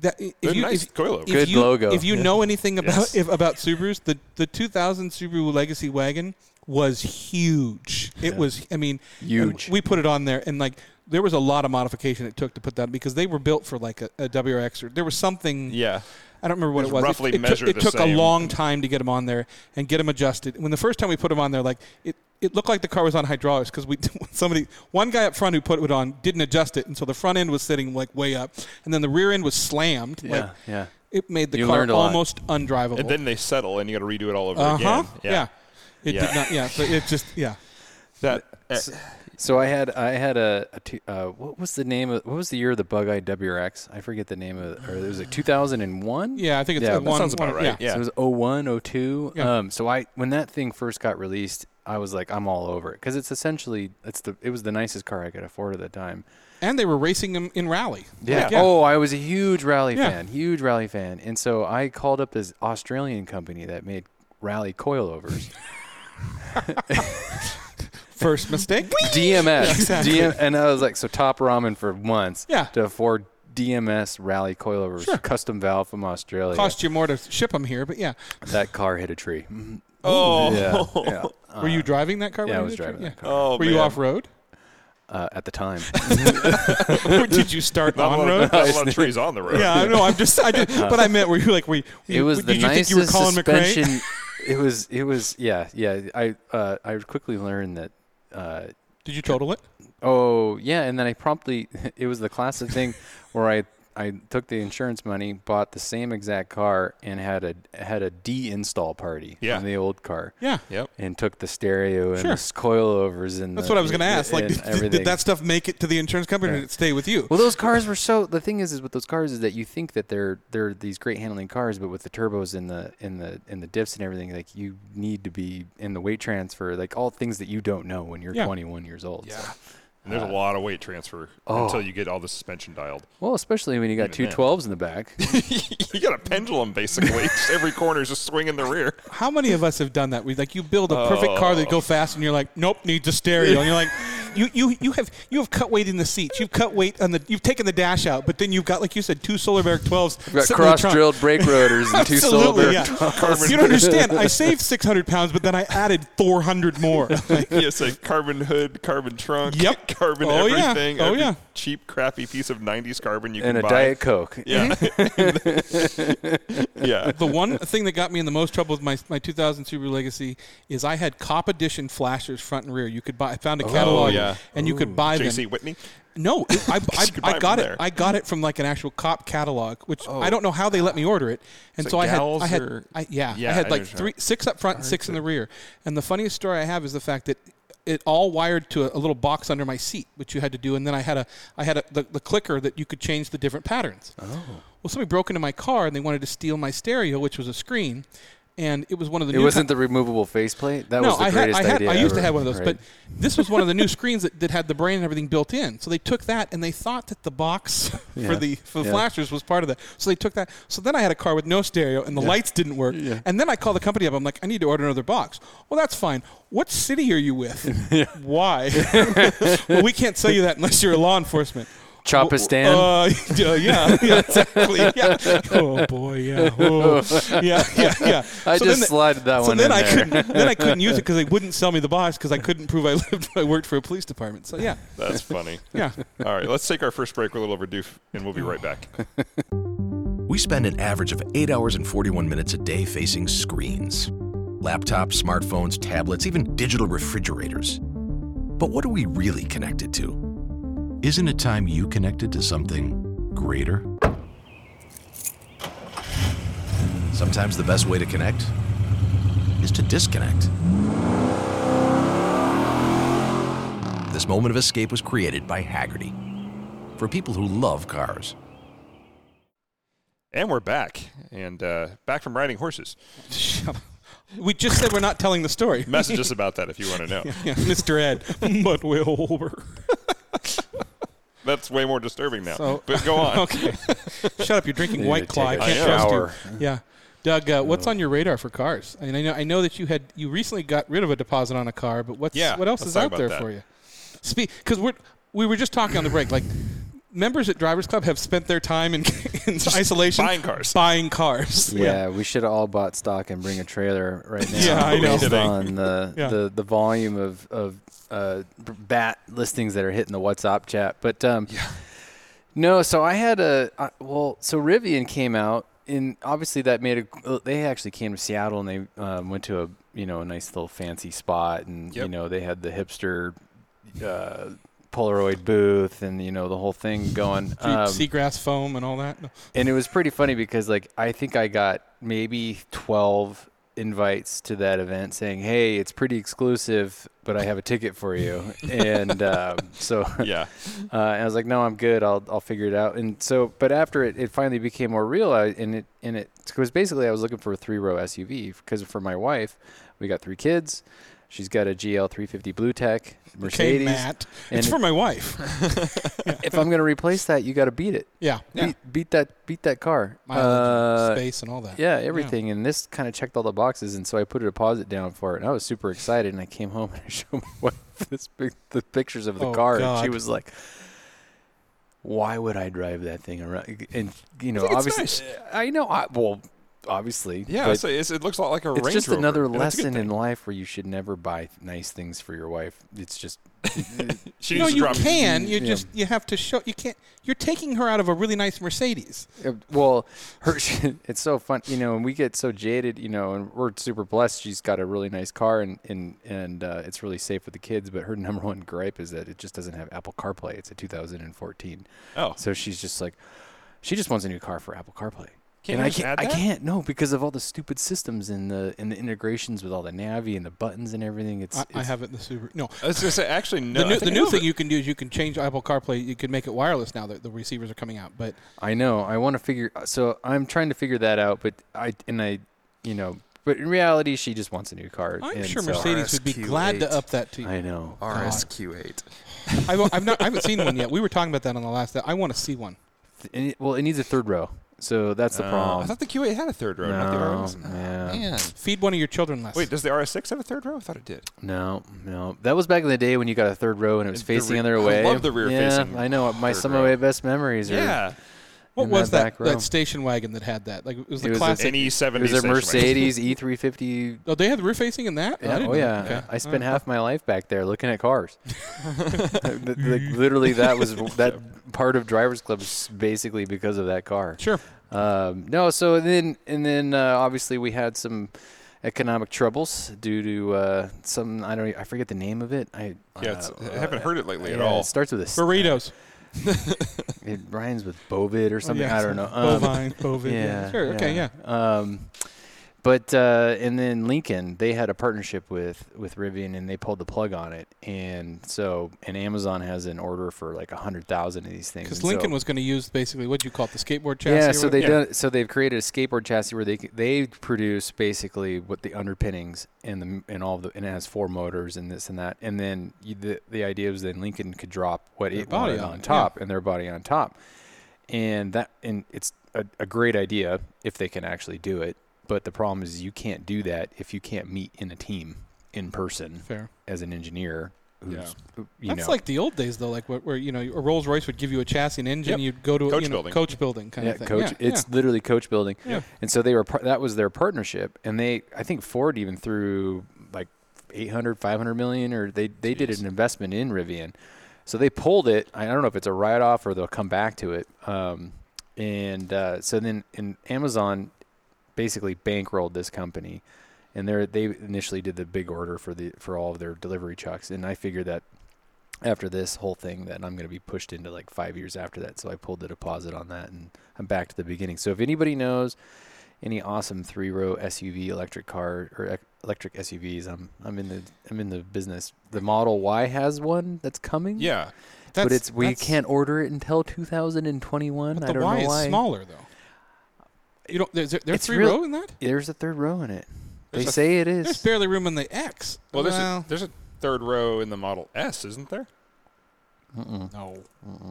S1: that if
S2: They're
S1: you
S2: nice
S1: if,
S2: coilovers.
S1: if
S3: Good
S1: you,
S3: logo.
S1: If you
S3: Yeah.
S1: know anything about
S2: Yes.
S1: if, about Subarus, the the 2000 Subaru Legacy wagon was huge. It was I mean and
S3: Huge.
S1: We put it on there and like there was a lot of modification it took to put that because they were built for like a, a WRX or there was something
S2: Yeah.
S1: I don't remember what
S2: It
S1: it was.
S2: was roughly
S1: it, it
S2: measured
S1: took, it
S2: the
S1: took a
S2: same.
S1: long time to get them on there and get them adjusted. When the first time we put them on there, like it, it looked like the car was on hydraulics because we *laughs* somebody one guy up front who put it on didn't adjust it, and so the front end was sitting like way up, and then the rear end was slammed.
S3: Yeah.
S1: Like,
S3: yeah.
S1: it made the
S3: You
S1: car
S3: learned a lot.
S1: almost undrivable.
S2: And then they settle, and you got to redo it all over
S1: uh huh.
S2: again.
S1: Yeah. It
S2: Yeah.
S1: did not. Yeah. So it just. Yeah.
S2: That,
S1: Eh.
S2: uh,
S3: So I had I had a, a two, uh, what was the name of what was the year of the bug eyed WRX? I forget the name of or it was like 2001.
S1: Yeah. I think it's
S3: Yeah,
S1: a
S3: that
S1: one.
S2: sounds about
S1: one-
S2: right.
S1: Yeah.
S2: Yeah.
S3: So it was 01, 02.
S1: Yeah.
S3: Um, so I when that thing first got released, I was like, I'm all over it because it's essentially it's the it was the nicest car I could afford at the time.
S1: And they were racing them in rally.
S3: Yeah.
S1: Like, yeah.
S3: Oh, I was a huge rally
S1: Yeah.
S3: fan, huge rally fan, and so I called up this Australian company that made rally coilovers.
S1: First mistake.
S3: DMS.
S1: *laughs* Yeah, exactly.
S3: DM, and I was like, so top ramen for months.
S1: Yeah.
S3: To afford DMS rally coilovers,
S1: Sure.
S3: custom valve from Australia.
S1: Cost you more to ship them here, but yeah.
S3: that car hit a
S1: *laughs*
S3: tree.
S2: Oh,
S3: Yeah.
S2: *laughs*
S3: yeah.
S1: Were you driving that car?
S3: Uh, yeah,
S1: when
S3: I
S1: you
S3: was
S1: did your-
S3: driving
S1: yeah.
S3: that car
S2: oh
S1: Were you
S2: man.
S1: off road?
S3: uh, at the time.
S1: *laughs* or did you start
S3: *laughs*
S2: Not a,
S1: on
S2: lot
S1: road?
S2: of, not a lot of trees on the
S1: *laughs*
S2: road.
S1: Yeah, I know. I'm just, I just, but I meant, were you like, we?
S3: it was the
S1: did you
S3: nicest
S1: think you were Colin McRae?
S3: suspension. it was. It was. Yeah. Yeah. I. Uh, I quickly learned that. Uh,
S1: Did you total it?
S3: oh yeah, and then I promptly. *laughs* It was the
S1: *laughs*
S3: classic thing where I. I took the insurance money, bought the same exact car, and had a had a de-install party
S2: Yeah.
S3: on the old car,
S1: Yeah.
S2: Yep.
S3: and took the stereo and
S1: Sure.
S3: the coilovers and
S1: That's
S3: the-
S1: what I was going to ask. Like, *laughs*
S3: and
S1: did, did-
S3: everything.
S1: did that stuff make it to the insurance company and it stay with you?
S3: Well, those cars were so. The thing is, is with those cars is that you think that they're they're these great handling cars, but with the turbos and the and the and the dips and everything, like you need to be in the weight transfer, like all things that you don't know when you're
S1: Yeah.
S3: 21 years old. so.
S2: And there's a lot of weight transfer
S3: Oh.
S2: until you get all the suspension dialed. *laughs*
S3: Well, especially when you got
S2: Even
S3: two
S2: then.
S3: 12s in the back.
S2: you got a
S1: *laughs*
S2: pendulum basically. Just Every corner is just swinging the rear.
S1: How many of us have done that? We like you build a perfect car that
S3: Oh.
S1: go fast, and you're like, nope, needs a stereo. And you're like, *laughs* you you you have you have cut weight in the seats. You've cut weight on the. You've taken the dash out, but then you've got like you said, two Solar Barrack 12s
S3: You've got
S1: sitting in the trunk.
S3: cross-drilled brake rotors and two
S1: Absolutely,
S3: silver. *laughs*
S1: yeah. You don't understand. I saved 600 pounds, but then I added 400 more. Like,
S2: yes, a carbon hood, carbon trunk,
S1: Yep.
S2: *laughs* carbon
S1: Oh, yeah.
S2: everything.
S1: Oh,
S2: every
S1: yeah.
S2: Cheap, crappy piece of 90s carbon you can
S3: And a
S2: buy.
S3: Diet Coke.
S1: *laughs*
S2: Yeah. *laughs*
S1: *laughs*
S2: yeah.
S1: the one thing that got me in the most trouble with my, my 2000 Subaru Legacy is I had Cop Edition flashers front and rear. You could buy. I found a catalog,
S2: yeah.
S1: and you could buy them.
S2: JC Whitney.
S1: No,
S2: *laughs*
S1: it, I, I,
S2: You could buy
S1: I
S2: it
S1: got
S2: from
S1: it.
S2: there.
S1: I got it from like an actual cop catalog, which I don't know how they let me order it. And
S2: Is it
S1: so I had,
S2: Gals
S1: I had,
S2: or-
S1: I, yeah,
S2: Yeah,
S1: I
S2: I
S1: had
S2: know
S1: like
S2: what you're
S1: three, six up front and six in the rear. And the funniest story I have is the fact that it all wired to a, a little box under my seat, which you had to do. And then I had a, I had a, the, the clicker that you could change the different patterns. Oh. Well, somebody broke into my car and they wanted to steal my stereo, which was a screen. And it was one of the
S3: It
S1: new
S3: wasn't the removable faceplate. That
S1: no,
S3: was the
S1: I had,
S3: greatest
S1: I had,
S3: idea.
S1: I used to
S3: ever,
S1: have one of those,
S3: right?
S1: but this was one of the
S3: *laughs*
S1: new screens that, that had the brain and everything built in. So they took that and they thought that the box *laughs*
S3: Yeah.
S1: for the for the
S3: Yeah.
S1: flashers was part of that. So they took that. So then I had a car with no stereo and the lights didn't work. And then I called the company up. I'm like, I need to order another box. Well, that's fine. What city are you
S3: *laughs*
S1: with? Why? well, we can't sell you that unless you're law enforcement.
S3: Chop a stand.
S1: Uh, *laughs* yeah, yeah, yeah, exactly. Yeah.
S3: *laughs*
S1: Oh boy, yeah. Oh. Yeah, yeah, yeah.
S3: I
S1: So then
S3: just
S1: the-
S3: slided that
S1: so
S3: one
S1: then
S3: in
S1: I
S3: there.
S1: couldn't then I couldn't use it because they wouldn't sell me the box because I couldn't prove I lived I worked for a police department. So yeah,
S2: That's funny.
S1: yeah.
S2: All right, let's take our first break. We're a little overdue, and we'll be
S1: *laughs*
S2: right back.
S4: We spend an average of 8 hours and 41 minutes a day facing screens laptops, smartphones, tablets, even digital refrigerators. But what are we really connected to? Isn't it time you connected to something greater? Sometimes the best way to connect is to disconnect. This moment of escape was created by Haggerty for people who love cars.
S2: And we're back, and uh, back from riding horses.
S1: We just said we're not telling the
S2: *laughs*
S1: story.
S2: Message us about that if you want to know.
S1: *laughs* Yeah, Mr. Ed, but Will Holber.
S2: That's way more disturbing now.
S1: So-
S2: but go
S1: *laughs*
S2: on.
S1: Okay, shut up. You're drinking
S3: Need to
S1: White Claw. I
S3: take a
S1: can't
S3: shower.
S1: trust you. Yeah, Doug, uh, what's on your radar for cars? I mean, I know I know that you had you recently got rid of a deposit on a car, but what's
S2: Yeah,
S1: what else
S2: let's
S1: is
S2: talk
S1: out
S2: about
S1: there
S2: that.
S1: for you? Speak because we're we were just talking on the break like. Members at Drivers Club have spent their time in, *laughs* in isolation
S2: buying cars.
S1: Buying cars.
S3: Yeah, we should have all bought stock and bring a trailer right now.
S1: *laughs* Yeah, I know.
S3: Based on the,
S1: *laughs* Yeah.
S3: the, the volume of, of uh, b- bat listings that are hitting the WhatsApp chat. But um, no, so I had a, I, well, so Rivian came out. And obviously, that made a. uh, They actually came to Seattle and they um, went to a you know a nice little fancy spot, and you
S2: Yep.
S3: know they had the hipster uh, Polaroid booth, and you know the whole thing going.
S1: Deep
S3: Um,
S1: seagrass foam and all that. No.
S3: and it was pretty funny because like I think I got maybe 12 invites to that event saying, "Hey, it's pretty exclusive, but I have a ticket for you."
S1: *laughs*
S3: and um, so
S2: Yeah.
S3: uh, and I was like, "No, I'm good. I'll I'll figure it out." And so, but after it, it finally became more real. I, and it and it because basically I was looking for a three row SUV because for my wife, we got three kids, She's got a GL350 Blue Tech Mercedes.
S1: Okay, Matt.
S3: And
S1: It's for my
S3: *laughs*
S1: wife.
S3: if I'm going to replace that, you got to beat it.
S1: Yeah. yeah.
S3: Beat, beat that beat that car.
S1: Mileage,
S3: Uh,
S1: space, and all that.
S3: Yeah, everything. And this kind of checked all the boxes, and so I put a deposit down for it. And I was super excited, and I came home and I *laughs* showed my wife this pic- the pictures of the
S1: Oh,
S3: car, and she
S1: God.
S3: was like, "Why would I drive that thing around?" And you know,
S2: think it's
S3: obviously, uh,
S2: nice.
S3: I know. I, well, obviously,
S2: Yeah,
S3: but
S2: it's, it's, it looks a lot like a
S3: it's
S2: Range
S3: just
S2: Rover,
S3: another
S2: and that's a good
S3: lesson
S2: thing.
S3: in life where you should never buy nice things for your wife. It's just
S2: She
S1: no,
S2: needs to
S1: you
S2: drop-
S1: can. You
S3: Yeah.
S1: just you have to show. You can't. You're taking her out of a really nice Mercedes.
S3: Uh, well her *laughs* she, it's so fun you know and we get so jaded you know and we're super blessed she's got a really nice car and and and uh, it's really safe with the kids but her *laughs* number one gripe is that it just doesn't have apple carplay it's a 2014
S2: Oh,
S3: so she's just like she just wants a new car for apple carplay
S2: Can't
S3: and
S2: you
S3: I
S2: just add
S3: can't, I
S2: that?
S3: can't, no, because of all the stupid systems and the and the integrations with all the Navi and the buttons and everything. It's,
S1: I, I
S3: it's-
S1: haven't the Subaru. No.
S2: I was gonna say actually no.
S1: The
S2: I
S1: new,
S2: think
S1: the
S2: I
S1: new
S2: have
S1: thing
S2: it.
S1: you can do is you can change Apple CarPlay. You can make it wireless now that the receivers are coming out. But
S3: I know. I want to figure. uh, So I'm trying to figure that out. But I and I, you know. But in reality, she just wants a new car.
S1: I'm
S3: and
S1: sure
S3: so-
S1: Mercedes would be glad to
S5: RSQ8.
S1: up that to you.
S3: I know.
S5: RSQ8.
S1: I, won't- I've not. I haven't seen one yet. We were talking about that on the last. I want to see one.
S3: Th- and it- well, it needs a third row, so that's the
S2: Uh,
S3: problem.
S2: I thought the Q8 had a third row, not the
S3: no,
S2: RS.
S3: yeah.
S5: Man.
S1: Feed one of your children less.
S2: Wait, does the RS6 have a third row? I thought it did.
S3: no, no. That was back in the day when you got a third row and it was
S2: The
S3: facing
S2: re-
S3: the other
S2: I
S3: way.
S2: love the rear
S3: yeah,
S2: facing
S3: I know. My
S2: third
S3: some
S2: row.
S3: of my best memories are.
S2: Yeah,
S1: what
S3: in
S1: was
S3: that
S1: that?
S3: back row.
S1: That station wagon that had that. Like it was the
S3: It was a-
S1: classic.
S2: any
S3: It
S2: 70
S3: was a
S2: station wagon. *laughs*
S3: Mercedes E350.
S1: oh, they had roof facing in that. I
S3: Yeah,
S1: didn't
S3: oh
S1: know.
S3: yeah,
S1: Okay.
S3: I spent half my life back there looking at cars.
S2: *laughs*
S3: like, literally, that was that part of drivers' club is basically because of that car.
S1: Sure.
S3: Um, no, so then and then uh, obviously we had some economic troubles due to uh, some I don't I forget the name of it. I
S2: Yeah, it's,
S3: uh,
S2: I haven't heard it lately at
S3: yeah,
S2: all.
S3: It starts with a s-
S1: Burritos.
S3: It rhymes with bovid or something.
S1: yeah.
S3: I don't know.
S1: Bovine, bovid. Yeah. Sure. Okay. Yeah.
S3: Um, but uh, and then Lincoln, they had a partnership with with Rivian, and they pulled the plug on it. And so, and Amazon has an order for like a hundred thousand of these things.
S1: Because
S3: and so-
S1: Lincoln was going to use basically what you call it, the skateboard chassis.
S3: yeah,
S1: or
S3: so they
S1: whatever?
S3: done, so they've created a skateboard chassis where they c- they produce basically what the underpinnings and the and all the and it has four motors and this and that and then you, the the idea was then Lincoln could drop what
S1: Their
S3: it
S1: body
S3: wanted
S1: on
S3: on,
S1: it, yeah.
S3: top and their body on top, and that and it's a, a great idea if they can actually do it. But the problem is you can't do that if you can't meet in a team in person
S1: Fair.
S3: as an engineer. Who's, who- you
S1: That's
S3: know,
S1: like the old days though, like where, where you know a Rolls Royce would give you a chassis and engine,
S2: Yep.
S1: you'd go to
S2: Coach
S1: you know,
S2: building.
S1: coach building kind
S3: yeah,
S1: of thing.
S3: coach.
S1: yeah,
S3: it's literally coach building.
S1: Yeah.
S3: And so they were par- that was their partnership and they I think Ford even threw like 800 500 million or they they did an investment in Rivian. So they pulled it. I don't know if it's a write off or they'll come back to it. Um, and uh, so then and Amazon basically bankrolled this company and they they initially did the big order for the for all of their delivery trucks and I figured that after this whole thing that I'm going to be pushed into like 5 years after that. So I pulled the deposit on that and I'm back to the beginning. So if anybody knows any awesome three-row SUV electric car or ec- electric SUVs. I'm I'm in the I'm in the business. The Model Y has one that's coming.
S2: Yeah,
S1: That's-
S3: but it's we
S1: that's-
S3: can't order it until 2021.
S1: But
S3: I
S1: the
S3: don't
S1: Y
S3: know
S1: is
S3: why.
S1: smaller though. You don't. There's, there's
S3: It's
S1: three
S3: real-
S1: row in that.
S3: There's a third row in it. They
S2: There's a-
S3: say it
S1: There's
S3: is.
S1: barely room in the X.
S2: Well, there's a, there's a third row in the Model S, isn't there?
S1: no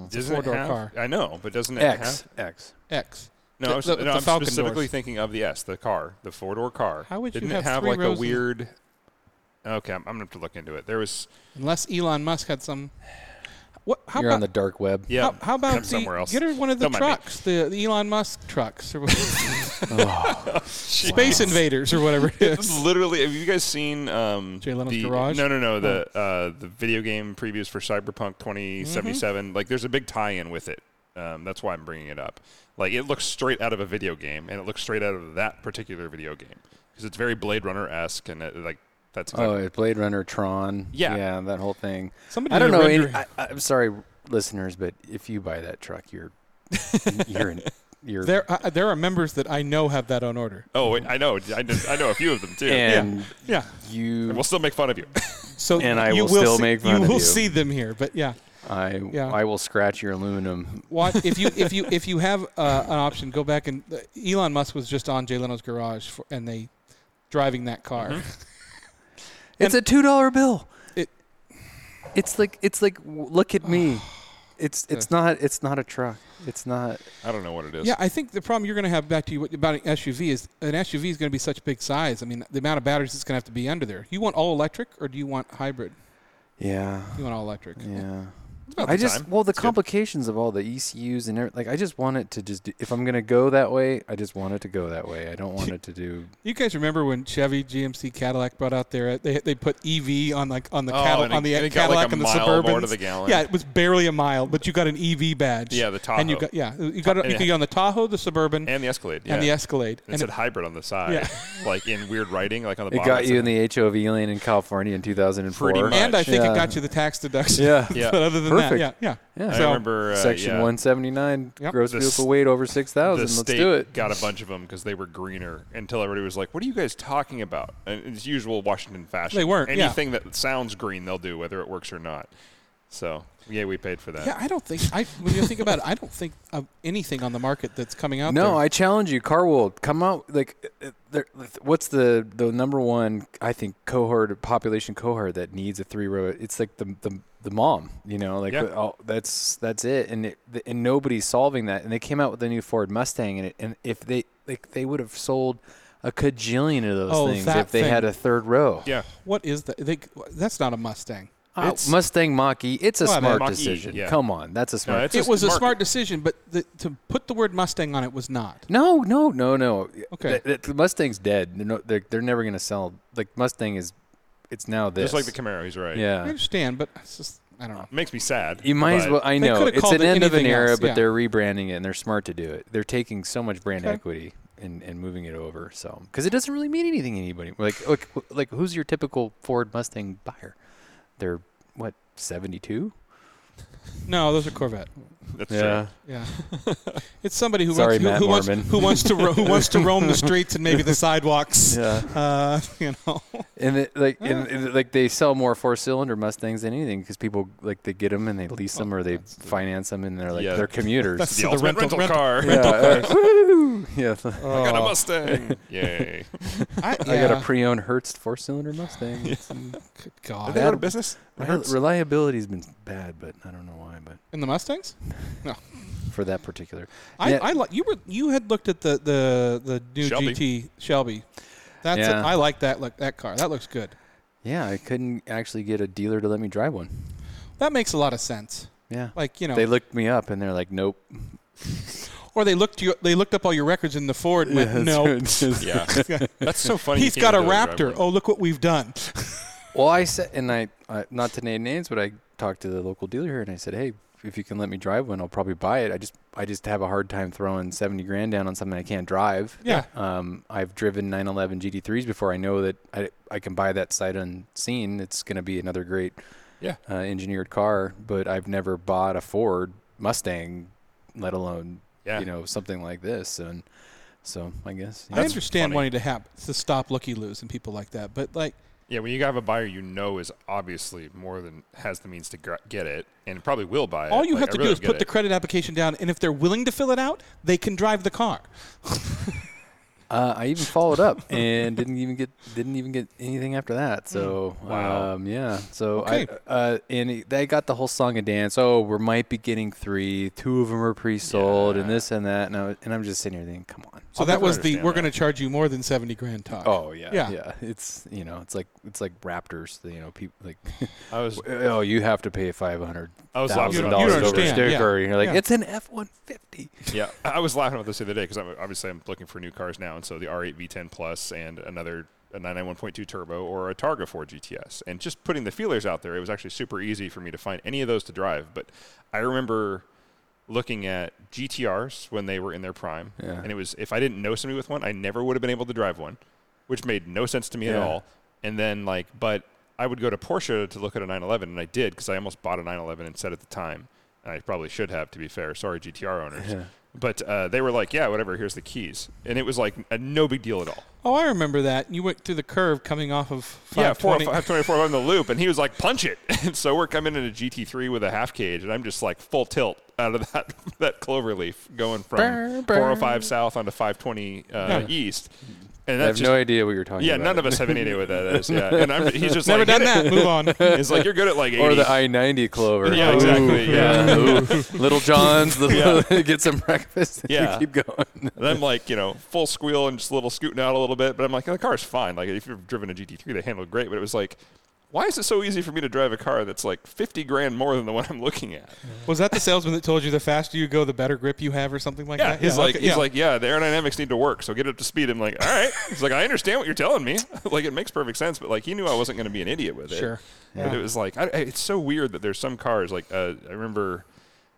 S2: Doesn't it
S1: four-door
S2: have-
S1: car.
S2: I know, but doesn't it
S3: X
S2: have?
S3: X.
S1: X.
S2: No,
S1: The-
S2: I was,
S1: the-
S2: no
S1: the
S2: I'm
S1: Falcon
S2: specifically
S1: doors.
S2: thinking of the S, the car, the four door car.
S1: How would you
S2: Didn't
S1: have
S2: it have
S1: three
S2: like
S1: rows
S2: a
S1: of-
S2: weird? Okay, I'm, I'm gonna have to look into it. There was
S1: Unless Elon Musk had some. What? How
S3: You're
S1: about
S3: on the dark web.
S2: yeah.
S1: How, how about
S2: I'm somewhere
S1: the,
S2: else.
S1: get her one of the
S2: Don't mind me.
S1: trucks, the, the Elon Musk trucks, or
S3: *laughs*
S1: *laughs* Space Invaders, or whatever it
S2: It's
S1: is.
S2: literally, have you guys seen um,
S1: Jay Leno's
S2: the,
S1: Garage? Oh.
S2: No, no, no. The uh, the video game previews for Cyberpunk 2077.
S1: Mm-hmm.
S2: Like, there's a big tie-in with it. Um, that's why I'm bringing it up. Like, it looks straight out of a video game, and it looks straight out of that particular video game because it's very Blade Runner esque, and it, like that's
S3: Oh,
S2: exactly.
S3: it's Blade Runner, Tron.
S2: Yeah.
S3: yeah, that whole thing.
S1: Somebody
S3: I
S1: did
S3: don't
S1: a
S3: know. Any,
S1: rendering.
S3: I, I'm sorry, listeners, but if you buy that
S1: *laughs*
S3: truck, you're you're in, you're
S1: There, uh, there are members that I know have that on order.
S2: Oh, wait, I know. I, did- I know a few of them too.
S3: and
S1: Yeah,
S3: you
S2: yeah. We'll still make fun of you. *laughs*
S1: so
S3: And I
S1: you
S3: will still
S1: see,
S3: make fun
S1: you
S3: of
S1: will
S3: you.
S1: see them here, but yeah,
S3: I
S1: Yeah.
S3: I will scratch your aluminum.
S1: Watch, if you if you if you have uh, an option, go back and uh,
S2: Mm-hmm.
S1: Elon Musk was just on Jay Leno's garage, for, and they driving that car.
S3: It's a two dollar bill. It, it's like it's like w- look
S1: *sighs*
S3: at me. It's it's not it's not a truck. It's not.
S2: I don't know what it is.
S1: Yeah, I think the problem you're going to have back to you about an SUV is an SUV is going to be such big size. I mean, the amount of batteries that's going to have to be under there. You want all electric or do you want hybrid?
S3: Yeah.
S1: You want all electric.
S3: Yeah.
S2: about
S3: I
S2: the
S3: just
S2: time.
S3: well the
S2: It's good.
S3: complications of all the ECUs and everything. Like I just want it to just do, if I'm gonna go that way, I just want it to go that way. I don't *laughs* want it to do.
S1: You guys remember when Chevy, GMC, Cadillac brought out their they they put EV on like on the
S2: Oh,
S1: Cadillac
S2: and it-
S1: on the
S2: and it got,
S1: Cadillac
S2: like, a
S1: and the
S2: mile more
S1: Suburban.
S2: to the gallon.
S1: Yeah, it was barely a mile, but you got an EV badge.
S2: Yeah, the
S1: And you
S2: Tahoe.
S1: got yeah, you got
S2: and
S1: you
S2: it-
S1: could get on the Tahoe, the Suburban,
S2: and the Escalade. Yeah.
S1: and the Escalade.
S2: And it said hybrid on the side,
S1: Yeah.
S2: like in weird writing, like on the
S3: It
S2: bottom.
S3: got you in the HOV lane in California in 2004.
S2: Pretty much.
S1: And I think it
S3: Yeah.
S1: got you the tax deduction.
S3: Yeah.
S1: *laughs*
S2: Yeah.
S1: but other than
S3: Perfect.
S1: that, yeah, yeah.
S3: Yeah.
S2: I
S1: So-
S2: remember uh,
S3: Section
S2: yeah,
S3: 179
S1: Yep.
S3: gross
S2: The
S3: vehicle
S2: s-
S3: weight over 6,000.
S2: The
S3: Let's
S2: state
S3: do it.
S2: got a bunch of them because they were greener until everybody was like, "What are you guys talking about?" And it's usual Washington fashion.
S1: They weren't, yeah.
S2: anything that sounds green, they'll do whether it works or not. So yeah, we paid for that.
S1: Yeah, I don't think I. When you think about it, I don't think of anything on the market that's coming out.
S3: No,
S1: there.
S3: I challenge you, Car World. Come out like, uh, there- what's the the number one? I think cohort population cohort that needs a three row. It's like the the the mom, you know, like
S2: Yeah.
S3: oh, that's that's it, and it, th- and nobody's solving that. And they came out with the new Ford Mustang, and it, and if they like they would have sold a cajillion of those
S1: Oh,
S3: things
S1: that
S3: if they
S1: thing.
S3: had a third row.
S2: Yeah.
S1: What is that? They, that's not a Mustang.
S3: Oh,
S2: It's-
S3: Mustang Mach E. It's a
S1: Whatever.
S3: smart
S2: Mach-E,
S3: decision.
S2: yeah.
S3: Come on, that's a smart.
S2: it's
S1: It was a
S2: market.
S1: smart decision, but the, to put the word Mustang on it was not.
S3: No, no, no, no.
S1: Okay.
S3: The, the Mustang's dead. They're, no, they're, they're never going to sell. Like, Mustang is, it's now this.
S2: Just like the Camaro, he's right.
S1: I
S3: Yeah.
S1: understand, but it's just I don't know.
S2: It makes me sad.
S3: You might as
S2: but
S3: well. I know.
S1: coulda
S3: It's
S1: called
S3: an
S1: it
S3: end of an
S1: anything
S3: era,
S1: else,
S3: but
S1: yeah.
S3: they're rebranding it and they're smart to do it. They're taking so much brand
S1: Okay.
S3: equity and, and moving it over. So, because it doesn't really mean anything to anybody. Like, like, like, who's your typical Ford Mustang buyer? They're, what, 72?
S1: No, those are Corvette.
S2: That's true.
S3: *laughs*
S1: Yeah, it's somebody who
S3: Sorry,
S1: wants, who,
S3: Matt
S1: who wants
S3: Mormon.
S1: who wants to ro- who wants to
S3: *laughs*
S1: roam the streets and maybe the sidewalks.
S3: Yeah.
S1: Uh, *laughs* you know,
S3: And it, like, and, and, like they sell more four-cylinder Mustangs than anything because people like they get them and they
S1: Oh,
S3: lease them or they finance them and they're like
S2: Yeah.
S1: *laughs*
S3: they're commuters.
S2: The
S1: So the
S2: ultimate
S1: rental-
S2: rental,
S1: rental- *laughs*
S2: car.
S3: yeah, uh, woo! yeah. *laughs*
S2: I got a Mustang. Yay.
S1: I,
S3: Oh. I got
S1: yeah.
S3: a pre-owned Hertz
S1: *laughs*
S3: four-cylinder Mustang. It's, um,
S1: Good
S2: Are
S1: God.
S2: they out of business?
S3: rel- Reliability's been bad, but I don't know why. But
S1: in the Mustangs,
S3: for that particular,
S1: I,
S3: Yeah.
S1: I li- you were you had looked at the the the new
S2: Shelby.
S1: GT Shelby. That's it.
S3: Yeah.
S1: I like that look that car. That looks good.
S3: yeah, I couldn't actually get a dealer to let me drive one.
S1: That makes a lot of sense.
S3: Yeah,
S1: Like you know,
S3: they looked me up and they're like, nope.
S1: or they looked you they looked up all your records in the Ford.
S3: *laughs*
S1: And went, no,
S2: Yeah.
S1: *laughs*
S2: That's so funny. you
S1: he's
S2: can't
S1: got a
S2: even go to
S1: Raptor.
S2: drive
S1: Oh,
S2: one.
S1: look what we've done.
S3: Well, I said, and I, I not to name names, but I talked to the local dealer here, and I said, "Hey, if you can let me drive one, I'll probably buy it. I just, I just have a hard time throwing seventy grand down on something I can't drive.
S1: Yeah.
S3: Um, I've driven 911 GT3s before. I know that I, I can buy that sight unseen. It's going to be another great,
S1: Oh.
S2: Yeah.
S3: uh, engineered car. But I've never bought a Ford Mustang, let alone,
S2: Yeah.
S3: you know, something like this. And so I guess
S1: I
S2: That's
S1: understand
S2: funny.
S1: wanting to have to stop looky loos and people like that, but like
S2: Yeah, when you have a buyer you know is obviously more than has the means to gr- get it and probably will buy it.
S1: all you
S2: Like,
S1: have
S2: I
S1: to
S2: really
S1: do is
S2: get
S1: put
S2: it.
S1: the credit application down, and if they're willing to fill it out, they can drive the car.
S3: Uh, I even followed up and didn't even get didn't even get anything after that. So
S2: Wow.
S3: um, yeah. So
S1: Okay.
S3: I uh, and it- they got the whole song and dance. Oh, we might be getting three. Two of them are pre-sold and
S2: Yeah.
S3: this and that. And, I, was- and I'm just sitting here thinking, come on.
S1: So
S2: I'll
S1: that
S2: never
S1: was the
S2: Oh, understand
S1: we're
S2: that.
S1: going to charge you more than seventy grand talk.
S3: Oh yeah,
S1: Yeah.
S3: yeah, It's you know, it's like it's like Raptors. You know, people like, *laughs*
S2: I
S1: *laughs*
S2: was
S3: oh, you have to pay five hundred
S2: I was laughing
S3: thousand
S2: about
S3: dollars
S2: this.
S3: over
S1: understand, yeah.
S3: sticker. And you're like,
S1: Yeah.
S3: it's an F one fifty.
S2: yeah, I was laughing about this the other day because I'm, obviously I'm looking for new cars now, and so the R8 V10 Plus and another a 991.2 turbo or a Targa 4 GTS, and just putting the feelers out there, it was actually super easy for me to find any of those to drive. But I remember looking at GTRs when they were in their prime,
S3: Yeah.
S2: and it was if I didn't know somebody with one, I never would have been able to drive one, which made no sense to me at
S3: Yeah.
S2: all. And then like, but I would go to Porsche to look at a 911, and I did because I almost bought a 911 and said at the time, and I probably should have to be fair. Sorry, GTR owners. But uh, they were like, yeah, whatever. Here's the keys, and it was like a no big deal at all.
S1: Oh, I remember that. You went through the curve coming off of
S2: Yeah,
S1: 520.
S2: 524 on the loop, and he was like, punch it. *laughs* And so we're coming in a GT3 with a half cage, and I'm just like full tilt out of that *laughs* that clover leaf going from
S3: Burr, burr.
S2: 405 south onto 520 uh,
S1: Yeah.
S2: east. And
S3: I have
S2: that's just,
S3: no idea what you're talking
S2: yeah,
S3: about.
S2: none of us have any idea what that is.
S3: *laughs*
S2: Yeah, and I'm, he's just
S1: Never
S2: like,
S1: done
S2: *laughs* "Hit
S1: that. Move on. *laughs*
S2: it." It's like you're good at like 80.
S3: Or the I ninety clover.
S2: Yeah,
S3: Ooh,
S2: exactly, yeah.
S3: *laughs* ooh. Little John's. The *laughs* get some breakfast. And
S2: Yeah.
S3: you keep going.
S2: And I'm like, you know, full squeal and just a little scooting out a little bit. But I'm like, the car's fine. Like, if you've driven a GT3, they handle it great. But it was like, why is it so easy for me to drive a car that's like 50 grand more than the one I'm looking at?
S1: Was that the salesman that told you the faster you go, the better grip you have, or something like
S2: Yeah,
S1: that?
S2: he's like,
S1: okay,
S2: he's
S1: yeah.
S2: like, yeah, the aerodynamics need to work. So get up to speed. I'm like, all right. He's like, I understand what you're telling me. *laughs* like, it makes perfect sense. But like, he knew I wasn't going to be an idiot with it.
S1: Sure.
S2: But it was like, I, I- it's so weird that there's some cars like uh, I remember.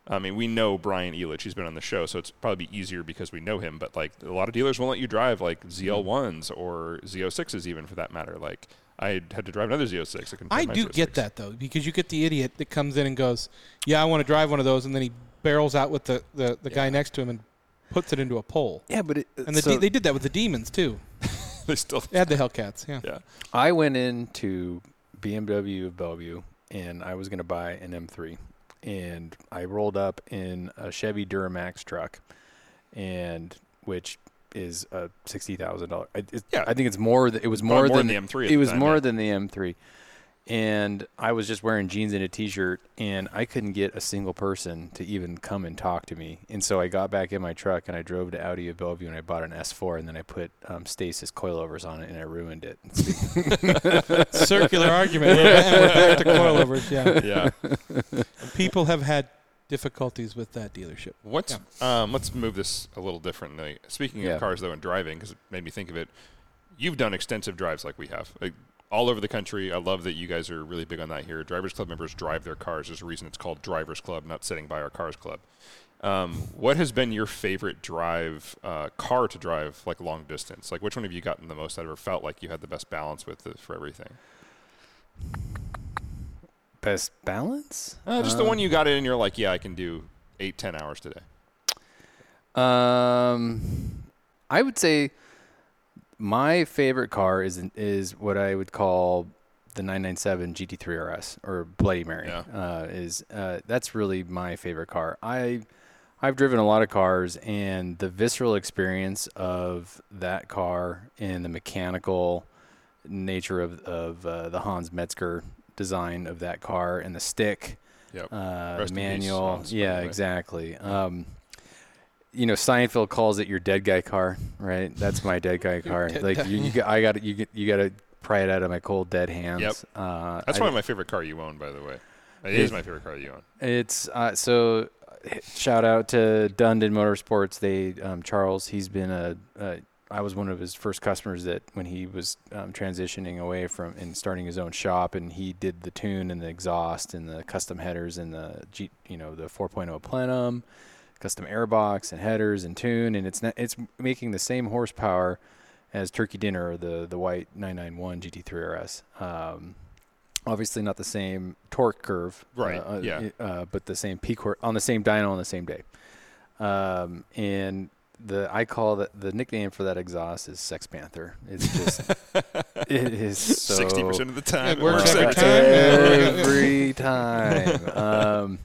S2: I mean, we know Brian Elitch. He's been on the show, so it's probably easier because we know him. But like a lot of dealers won't let you drive like ZL1s or Z06s, even for that matter. Like I had to drive another Z06. couldn't
S1: I
S2: find my
S1: do get
S2: Z06.
S1: that though, because you get the idiot that comes in and goes, "Yeah, I want to drive one of those," and then he barrels out with the the, the guy next to him and puts it into a pole.
S3: Yeah, but it,
S1: And the de- they did that with the demons too.
S2: *laughs* they still.
S1: They had the Hellcats. Yeah.
S2: Yeah.
S3: I went into BMW of Bellevue and I was going to buy an M3. And I rolled up in a Chevy Duramax truck, and which is a sixty thousand dollar.
S2: Yeah.
S3: I think it's more. Th- it was
S2: Probably
S3: more,
S2: more
S3: than,
S2: than the M3 at
S3: It
S2: the
S3: was
S2: time,
S3: more
S2: yeah.
S3: than the M3, and I was just wearing jeans and a t-shirt, and I couldn't get a single person to even come and talk to me. And so I got back in my truck and I drove to Audi of Bellevue and I bought an S4, and then I put um, stasis coilovers on it and I ruined it.
S1: *laughs* Circular argument. We're back- and we're back to coilovers. Yeah.
S2: Yeah.
S1: *laughs* People have had difficulties with that dealership.
S2: What's um, let's move this a little differently. Speaking
S3: Yeah.
S2: of cars though and driving, because it made me think of it. You've done extensive drives like we have, like, all over the country. I love that you guys are really big on that here. Drivers Club members drive their cars. There's a reason it's called Drivers Club, not sitting by our cars club. Um, what has been your favorite drive uh, car to drive like long distance? Like which one have you gotten the most out of or felt like you had the best balance with uh, for everything?
S3: Best balance?
S2: Uh, just the one you got in and you're like, yeah, I can do eight, ten hours today.
S3: Um, I would say my favorite car is is what I would call the 997 GT3 RS or Bloody Mary.
S2: Yeah.
S3: Uh, is uh, that's really my favorite car. I I've driven a lot of cars, and the visceral experience of that car and the mechanical nature of of uh, the Hans Metzger design of that car and the stick
S2: Yep.
S3: uh,
S2: Rest in peace,
S3: manual.
S2: Hans, by
S3: yeah,
S2: the way.
S3: exactly. Um, you know, Seinfeld calls it your dead guy car, right? That's my
S2: *laughs*
S3: dead guy car. like you, you, got- I got to You, get- you got to pry it out of my cold dead hands.
S2: Yep.
S3: Uh,
S2: That's
S3: I-
S2: probably my favorite car you own, by the way. It is
S3: It-
S2: my favorite car you own.
S3: It's uh, so. Shout out to Dundon Motorsports. They um, Charles. He's been a. Uh, I was one of his first customers that when he was um, transitioning away from and starting his own shop, and he did the tune and the exhaust and the custom headers and the G, you know the 4.0 plenum, custom airbox and headers and tune, and it's not, it's making the same horsepower as Turkey Dinner or the the white 991 GT3 RS. Um, obviously not the same torque curve,
S2: Right,
S3: uh, uh,
S2: yeah.
S3: uh, but the same peak or- on the same dyno on the same day. Um, and the I call that the nickname for that exhaust is Sex Panther. It's just
S2: *laughs*
S3: it is so
S2: Sixty percent of the time,
S1: It works every time.
S2: *laughs*
S1: *laughs*
S3: every time. Um,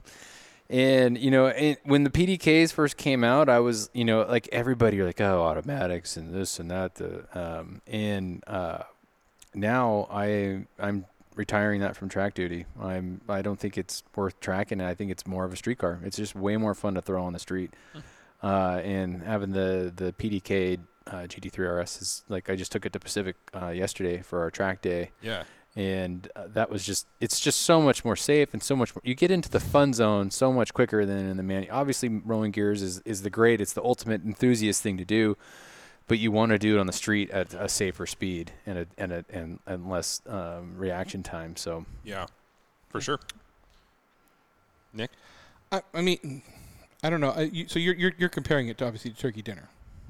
S3: and you know, it, when the PDKs first came out, I was you know like everybody like oh automatics and this and that. The um, and uh, now I I'm retiring that from track duty. I'm I don't think it's worth tracking. I think it's more of a street car. It's just way more fun to throw on the street. Uh, and having the the PDK uh, GT3 RS is like I just took it to Pacific uh, yesterday for our track day
S2: Yeah,
S3: and uh, that was just it's just so much more safe and so much more you get into the fun zone so much quicker than in the man obviously rolling gears is is the great it's the ultimate enthusiast thing to do but you want to do it on the street at a safer speed and a, and a, and, and less um, reaction time so
S2: yeah, for sure. Nick,
S1: I, I mean, I don't know. I, you, so you're, you're you're comparing it to obviously turkey dinner,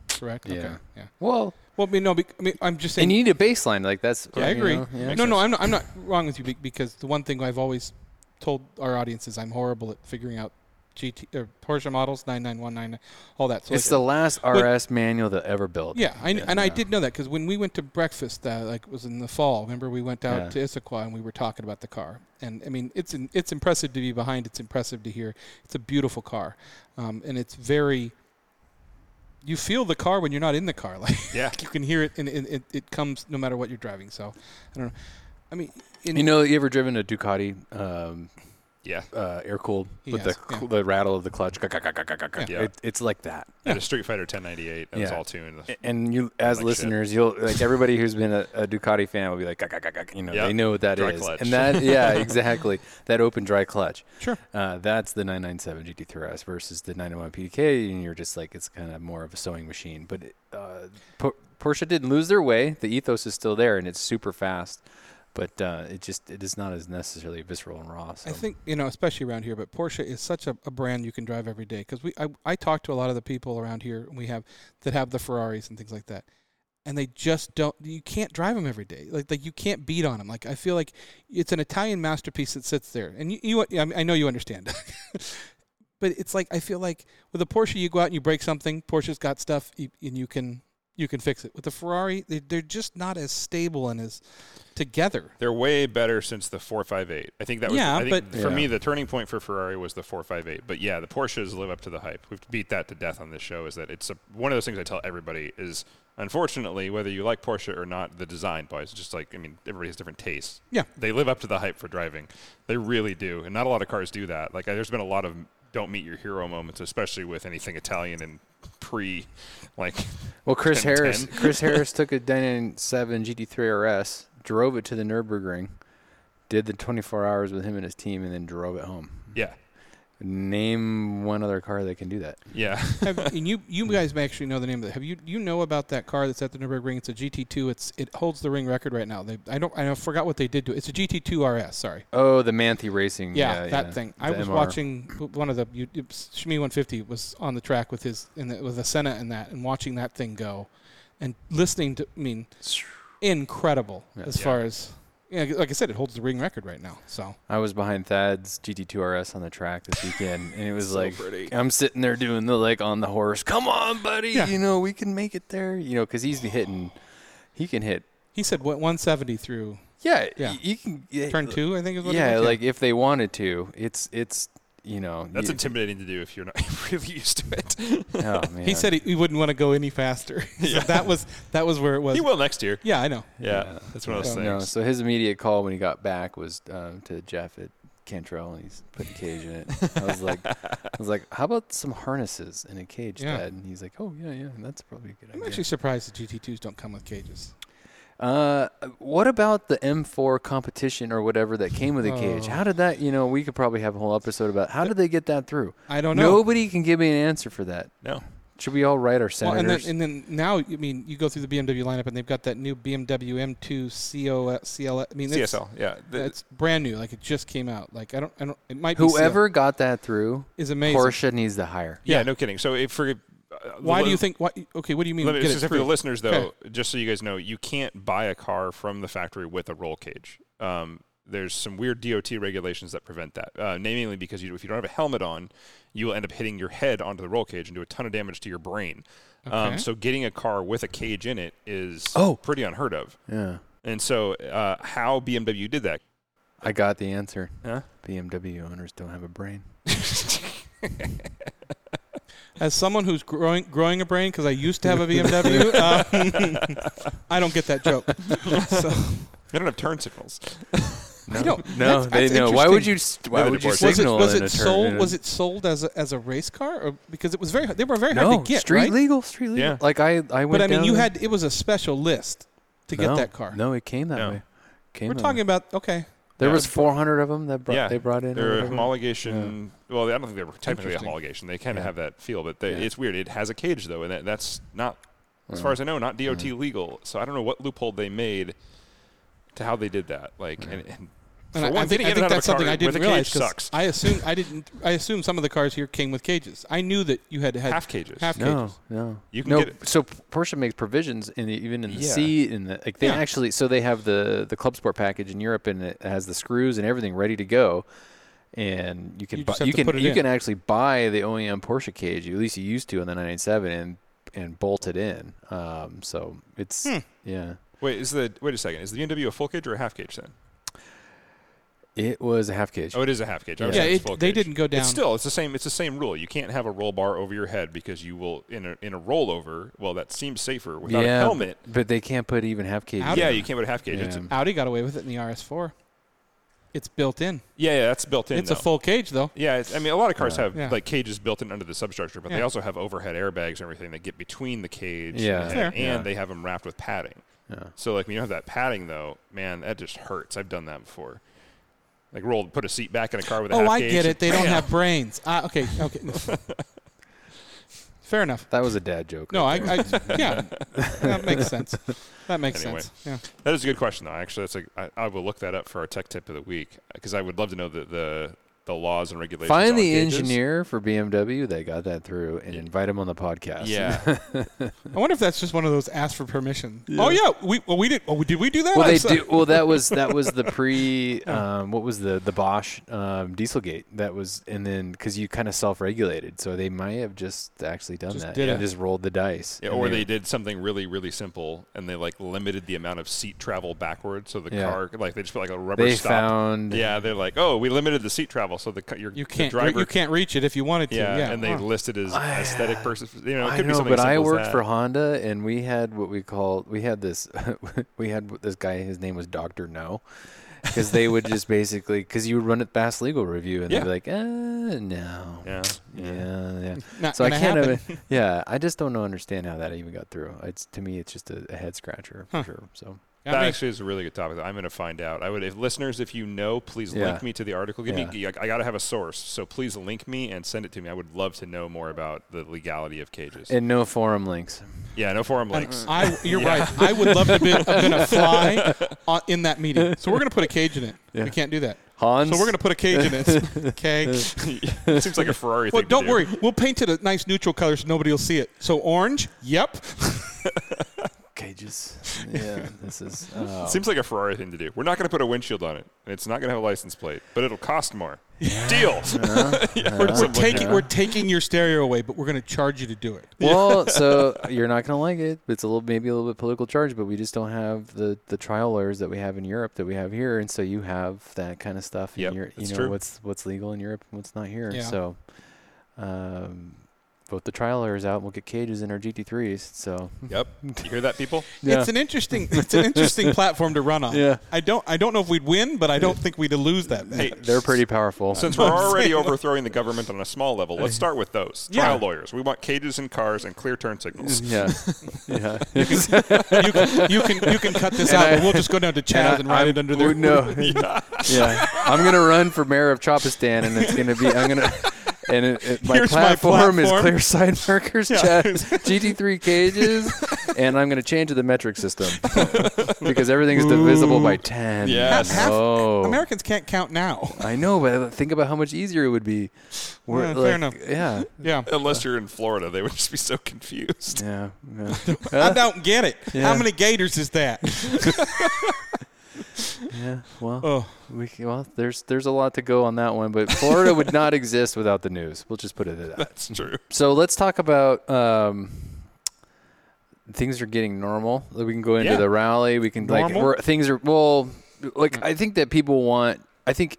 S1: correct? Okay.
S3: Yeah.
S1: Yeah.
S3: well
S1: Well, I mean, no. bec- I mean, I'm just saying.
S3: and you need a baseline like that's
S1: Yeah, I
S3: you
S1: agree.
S3: know, yeah.
S1: No, no, I'm not, I'm not wrong with you be- because the one thing I've always told our audience is I'm horrible at figuring out GT or Porsche models, 99199, all that. So
S3: it's
S1: like-
S3: the last RS manual that ever built
S1: yeah, I, kn- and I did know that because when we went to breakfast, uh, like it was in the fall. Remember, we went out
S3: Yeah.
S1: to Issaquah and we were talking about the car. And I mean, it's in, it's impressive to be behind. It's impressive to hear. It's a beautiful car, um, and it's very you feel the car when you're not in the car. *laughs* Like
S2: Yeah.
S1: you can hear it, and it, it, it comes no matter what you're driving. So I don't know. I mean, in,
S3: You know, you ever driven a Ducati um,
S2: Yeah.
S3: uh, air cooled with
S1: Yes,
S3: the cl- the rattle of the clutch? Gah, gah, gah, gah, gah, gah, gah.
S2: Yeah.
S3: It, it's like that.
S2: And a Street Fighter 1098. That was
S3: Yeah.
S2: all tuned.
S3: And you, as
S2: Like
S3: listeners, you'll like everybody who's been a, a Ducati fan will be like, gah, gah, gah, gah, you know,
S2: Yeah.
S3: they know what that is,
S2: Dry clutch.
S3: and
S2: *laughs*
S3: that, yeah, exactly, that open dry clutch.
S1: Sure.
S3: uh, that's the 997 GT3 RS versus the 901 PDK, and you're just like, it's kind of more of a sewing machine. But it, uh, Por- Porsche didn't lose their way; the ethos is still there, and it's super fast. But uh, it just it is not as necessarily visceral and raw. So.
S1: I think you know, especially around here. But Porsche is such a, a brand you can drive every day because we I, I talk to a lot of the people around here we have that have the Ferraris and things like that, and they just don't. You can't drive them every day. Like like you can't beat on them. Like I feel like it's an Italian masterpiece that sits there, and you, you I, mean, I know you understand. *laughs* But it's like I feel like with a Porsche, you go out and you break something. Porsche's got stuff, you, and you can you can fix it. With the Ferrari, they, they're just not as stable and as together.
S2: They're way better since the 458. I think that was.
S1: Yeah,
S2: I think
S1: but-
S2: for
S3: Yeah.
S2: me, the turning point for Ferrari was the 458. But yeah, the Porsches live up to the hype. We've beat that to death on this show. Is that it's a, one of those things I tell everybody is unfortunately whether you like Porsche or not, the design wise, just like I mean, everybody has different tastes.
S1: Yeah.
S2: they live up to the hype for driving. They really do, and not a lot of cars do that. Like I- there's been a lot of don't meet your hero moments, especially with anything Italian and pre, like *laughs*
S3: Well, Chris
S2: 10,
S3: Harris,
S2: 10.
S1: *laughs*
S3: Chris Harris took a 997 GT3 RS, drove it to the Nürburgring, did the 24 hours with him and his team, and then drove it home.
S2: yeah,
S3: Name one other car that can do that.
S2: yeah. *laughs*
S1: have, and you you guys may actually know the name of it. Have you you know about that car that's at the Nurburgring? It's a GT2. It's it holds the ring record right now. They, I don't I forgot what they did to it. It's a GT2 RS. Sorry.
S3: Oh, the Manthe Racing.
S1: Yeah, that thing. I
S3: The
S1: was
S3: MR.
S1: watching w- one of the you, you- Shmi 150 was on the track with his in the, with a Senna and that, and watching that thing go, and listening to. I mean, incredible as
S2: Yeah.
S1: far as. Yeah, like I said, it holds the ring record right now. So
S3: I was behind Thad's GT2 RS on the track this weekend, and it was like I'm sitting there doing the like on the horse. Come on, buddy.
S1: Yeah.
S3: You know we can make it there. You know because he's hitting, he can hit.
S1: he said what 170 through
S3: Yeah,
S1: Yeah.
S3: y- You can yeah,
S1: turn two, I think is what. it
S3: Yeah,
S1: was.
S3: like if they wanted to, it's it's you know
S2: That's
S3: you,
S2: intimidating to do if you're not *laughs* really used to it.
S3: *laughs* oh,
S1: *laughs*
S3: man.
S1: He said he, he wouldn't want to go any faster. *laughs* so that was that was where it was.
S2: He will next year.
S1: Yeah, I know.
S2: Yeah, that's one of those
S1: Yeah.
S2: things.
S3: No, so his immediate call when he got back was um, to Jeff at Cantrell, and he's putting a cage in it. I
S1: *laughs*
S3: was like, I was like, how about some harnesses in a cage,
S1: Yeah.
S3: Dad? And he's like, oh yeah, yeah, that's probably a good
S1: I'm
S3: idea.
S1: actually surprised the GT2s don't come with cages.
S3: uh, what about the M4 competition or whatever that came with a cage?
S1: Oh.
S3: How did that? You know, we could probably have a whole episode about how did they get that through.
S1: I don't know.
S3: Nobody can give me an answer for that.
S2: No.
S3: Should we all write our
S1: Well,
S3: senators?
S1: and then, and then now, I mean, you go through the BMW lineup, and they've got that new BMW M2 CO, CL. I mean, it's,
S2: CSL. Yeah. The-
S1: It's brand new. Like it just came out. Like I don't, I don't. It might be CL
S3: Whoever got that through,
S1: is amazing.
S3: Porsche needs to hire.
S2: yeah,
S1: yeah.
S2: No kidding. So if for uh,
S1: Why
S2: the-
S1: do you think? Why, okay, what do you mean?
S2: Let me,
S1: get it
S2: just for the
S1: through?
S2: listeners, though,
S1: Okay.
S2: just so you guys know, you can't buy a car from the factory with a roll cage. Um, there's some weird DOT regulations that prevent that, uh, namely because you, if you don't have a helmet on, you will end up hitting your head onto the roll cage and do a ton of damage to your brain.
S1: Okay.
S2: Um, so getting a car with a cage in it is
S3: Oh.
S2: pretty unheard of.
S3: Yeah,
S2: And so, uh, how BMW did that?
S3: I got the answer.
S2: Huh?
S3: BMW owners don't have a brain.
S1: *laughs* As someone who's growing growing a brain, because I used to have a
S2: *laughs*
S1: BMW, uh, *laughs* I don't get that joke. So,
S2: They don't have turn signals.
S1: I don't.
S3: No,
S1: that's-
S3: they
S1: that's
S3: know. Why would
S1: interesting.
S3: you? s- Why
S2: Neither
S3: would you
S2: did Porsche.
S1: Was it
S3: signal
S1: was
S3: in
S1: it
S3: a turn?
S1: sold? Was it sold as a, as a race car? Or because it was very they were very
S3: no,
S1: hard to get.
S3: street
S1: right?
S3: legal, street legal.
S2: Yeah.
S3: Like I, I went.
S1: But I mean,
S3: down
S1: you
S3: there-
S1: had it was a special list to get
S3: No,
S1: that car.
S3: No, it came that
S2: No.
S3: way. Came
S1: we're
S3: that
S1: talking
S3: way.
S1: about okay.
S3: There
S2: Yeah.
S3: was 400 of them that brought,
S2: Yeah.
S3: they brought in. or
S2: They're a
S3: whatever.
S2: homologation. Well, I don't think they were technically a
S1: Interesting.
S2: homologation. They kind of
S3: Yeah.
S2: have that feel, but they,
S3: Yeah.
S2: it's weird. It has a cage though, and that, that's not, as far as I know, not DOT legal. So I don't know what loophole they made to how they did that. Like, and, and
S1: And
S2: for
S1: I,
S2: one,
S1: I think,
S2: getting
S1: I think
S2: in and out
S1: that's
S2: of a car
S1: something I didn't
S2: with a
S1: realize.
S2: cage
S1: 'cause
S2: sucks.
S1: I assume I didn't. I assume some of the cars here came with cages. I knew that you had had
S2: Half cages.
S1: Half
S3: No,
S1: cages.
S3: no.
S2: You can
S3: no,
S2: get it-
S3: so Porsche makes provisions in the even in the
S2: Yeah.
S3: seat and the, like they
S1: Yeah.
S3: actually so they have the the club sport package in Europe and it has the screws and everything ready to go. And you can
S1: You
S3: buy,
S1: just have
S3: you
S1: to
S3: can
S1: put it
S3: you
S1: in.
S3: can actually buy the OEM Porsche cage, at least you used to in the 997 and and bolt it in. Um, so it's yeah.
S2: Wait, is the wait a second? Is the BMW a full cage or a half cage then?
S3: It was a half cage.
S2: Oh, it is a half cage. I was
S1: Yeah,
S2: thinking it's
S1: it-
S2: full
S1: they
S2: cage.
S1: didn't go down.
S2: It's still, it's the same. It's the same rule. You can't have a roll bar over your head because you will in a in a rollover. Well, that seems safer without
S3: yeah,
S2: a helmet.
S3: but they can't put even half cage.
S1: Out
S2: Yeah,
S1: of-
S2: you can't put a half cage. It's,
S3: Yeah.
S1: Audi got away with it in the RS4. It's built in.
S2: yeah, yeah, that's built in.
S1: it's a
S2: though.
S1: full cage though.
S2: Yeah, it's, I mean, a lot of cars have
S1: Yeah.
S2: like cages built in under the substructure, but they
S1: Yeah.
S2: also have overhead airbags and everything that get between the cage.
S3: Yeah.
S2: and,
S1: Fair.
S2: and
S3: Yeah.
S2: they have them wrapped with padding.
S3: Yeah.
S2: So like when you have that padding though, man, that just hurts. I've done that before. Like rolled, put a seat back in a car with a
S1: Oh,
S2: half
S1: I
S2: cage,
S1: get
S2: and
S1: it. They don't
S2: bam.
S1: have brains. Ah, okay,
S2: *laughs*
S1: okay. Fair enough.
S3: That was a dad joke.
S1: No, I,
S2: *laughs*
S1: I yeah, that makes sense. That makes
S2: Anyway.
S1: sense. Yeah.
S2: That is a good question, though. Actually, that's a, I, I will look that up for our tech tip of the week because I would love to know the the, the laws and regulations. on
S3: Find the
S2: gauges.
S3: engineer for BMW that got that through and invite him on the *laughs* podcast.
S2: Yeah,
S1: I wonder if that's just one of those ask for permission. Oh yeah, we well we did. Oh, did we do that?
S3: *laughs* Well,
S1: I'm
S3: they
S1: sorry.
S3: do. Well, that was that
S2: *laughs*
S3: was the pre. Um, what was the the Bosch um, Dieselgate? That was, and then because you kind of self-regulated, so they might have just actually done
S1: Just
S3: that
S1: did
S3: and
S1: it.
S3: just rolled the dice.
S2: Yeah,
S3: and
S2: or they did something really really simple and they like limited the amount of seat travel backwards, so the
S3: Yeah.
S2: car like they just put like a rubber
S3: they
S2: stop.
S3: found
S2: yeah, they're like, oh, we limited the seat travel, so the ca- your
S1: You
S2: the
S1: can't.
S2: driver
S1: You can't reach it if you wanted to.
S2: Yeah,
S1: Yeah.
S2: and they
S1: Huh.
S2: listed as
S3: I-
S2: aesthetic person. You know, it
S3: I
S2: could be
S3: know,
S2: something
S3: but
S2: as
S3: I
S2: simple as
S3: worked
S2: that.
S3: for Honda, and we had what we called we had this *laughs* we had this guy. His name was Doctor No, because they
S2: *laughs*
S3: would just basically because you would run it past legal review, and
S2: Yeah.
S3: they'd be like, uh, no,
S2: Yeah,
S3: yeah, yeah.
S1: Not
S3: So I
S1: gonna
S3: can't.
S1: happen.
S3: Even, *laughs* yeah, I just don't know, understand how that even got through. It's to me, it's just a, a head scratcher for
S1: Huh.
S3: sure. So
S1: That
S2: that
S1: makes-
S2: actually is a really good topic. That I'm going to find out. I would, if listeners, if you know, please
S3: Yeah.
S2: link me to the article. Give me, I got to have a source, so please link me and send it to me. I would love to know more about the legality of cages.
S3: and no forum links.
S2: yeah, no forum
S1: And
S3: *laughs*
S2: links.
S1: I, you're right. I would love to be, have been
S2: *laughs*
S1: a fly on, in that meeting. So we're going to put a cage in it.
S3: Yeah.
S1: We can't do that.
S3: Hans.
S1: So we're going to put a cage in
S3: *laughs*
S1: it. Okay.
S2: it seems like a Ferrari.
S1: Well,
S2: thing to
S1: don't
S2: do.
S1: worry. We'll paint it a nice neutral color so nobody will see it. So orange. Yep. *laughs*
S3: cages. Yeah, this *laughs* is.
S2: It
S3: oh.
S2: seems like a Ferrari thing to do. We're not going to put a windshield on it, and it's not going to have a license plate, but it'll cost *laughs* more. Deal. Yeah,
S1: We're,
S2: or
S1: we're
S2: something like
S1: taking
S2: that.
S1: we're taking your stereo away, but we're going to charge you to do it. *laughs*
S3: Well, so you're not gonna like it. It's a little, maybe a little bit political charge, but we just don't have the the trial lawyers that we have in Europe that we have here, and so you have that kind of stuff.
S2: Yep,
S3: in your, you
S2: that's
S3: know
S2: true.
S3: what's what's legal in Europe and what's not here.
S1: Yeah.
S3: So, um, vote the trial lawyers out. and We'll get cages in our GT3s. So
S2: Yep. You hear that, *laughs* people?
S3: yeah,
S1: It's an interesting it's an interesting
S3: *laughs*
S1: platform to run on.
S3: Yeah.
S1: I don't I don't know if we'd win, but I don't think we'd lose that.
S2: Hey,
S3: they're pretty
S2: *laughs*
S3: powerful.
S2: Since we're already overthrowing the government on a small level, let's start with those.
S1: Yeah.
S2: Trial lawyers. We want cages and cars and clear turn
S1: *laughs*
S2: signals.
S3: yeah, yeah.
S1: you, can, you can you can cut this
S3: And
S1: out.
S3: I-
S1: but we'll just go down to Chaz and, ride
S3: I'm-
S1: it under
S3: oh,
S1: their *laughs*
S3: No. yeah. I'm gonna run for mayor of Chopistan, and it's gonna be I'm gonna. And it, it- my,
S1: Here's my
S3: platform is
S1: platform.
S3: clear side markers, Chaz, GT3 cages, and I'm going to change the
S1: *laughs*
S3: metric system because everything is divisible by 10.
S2: Yes.
S1: Half-
S3: Oh.
S1: Americans can't count
S3: *laughs*
S1: now.
S3: I know, but think about how much easier it would be. We're,
S1: Yeah, fair enough.
S3: Yeah.
S1: Yeah.
S2: *laughs* Unless you're in Florida, they would just be so confused. *laughs*
S3: Yeah. yeah.
S1: I don't get it.
S3: Yeah.
S1: How many gators is that?
S3: *laughs* Yeah, well,
S1: Oh.
S3: we c- well, there's there's a lot to go on that one, but Florida would not *laughs* exist without the news. We'll just put it at that.
S2: That's true.
S3: So let's talk about um, things are getting normal. We can go into
S2: Yeah.
S3: the rally. We can like
S1: Normal? Mm.
S3: we're, things are well. Like I think that people want. I think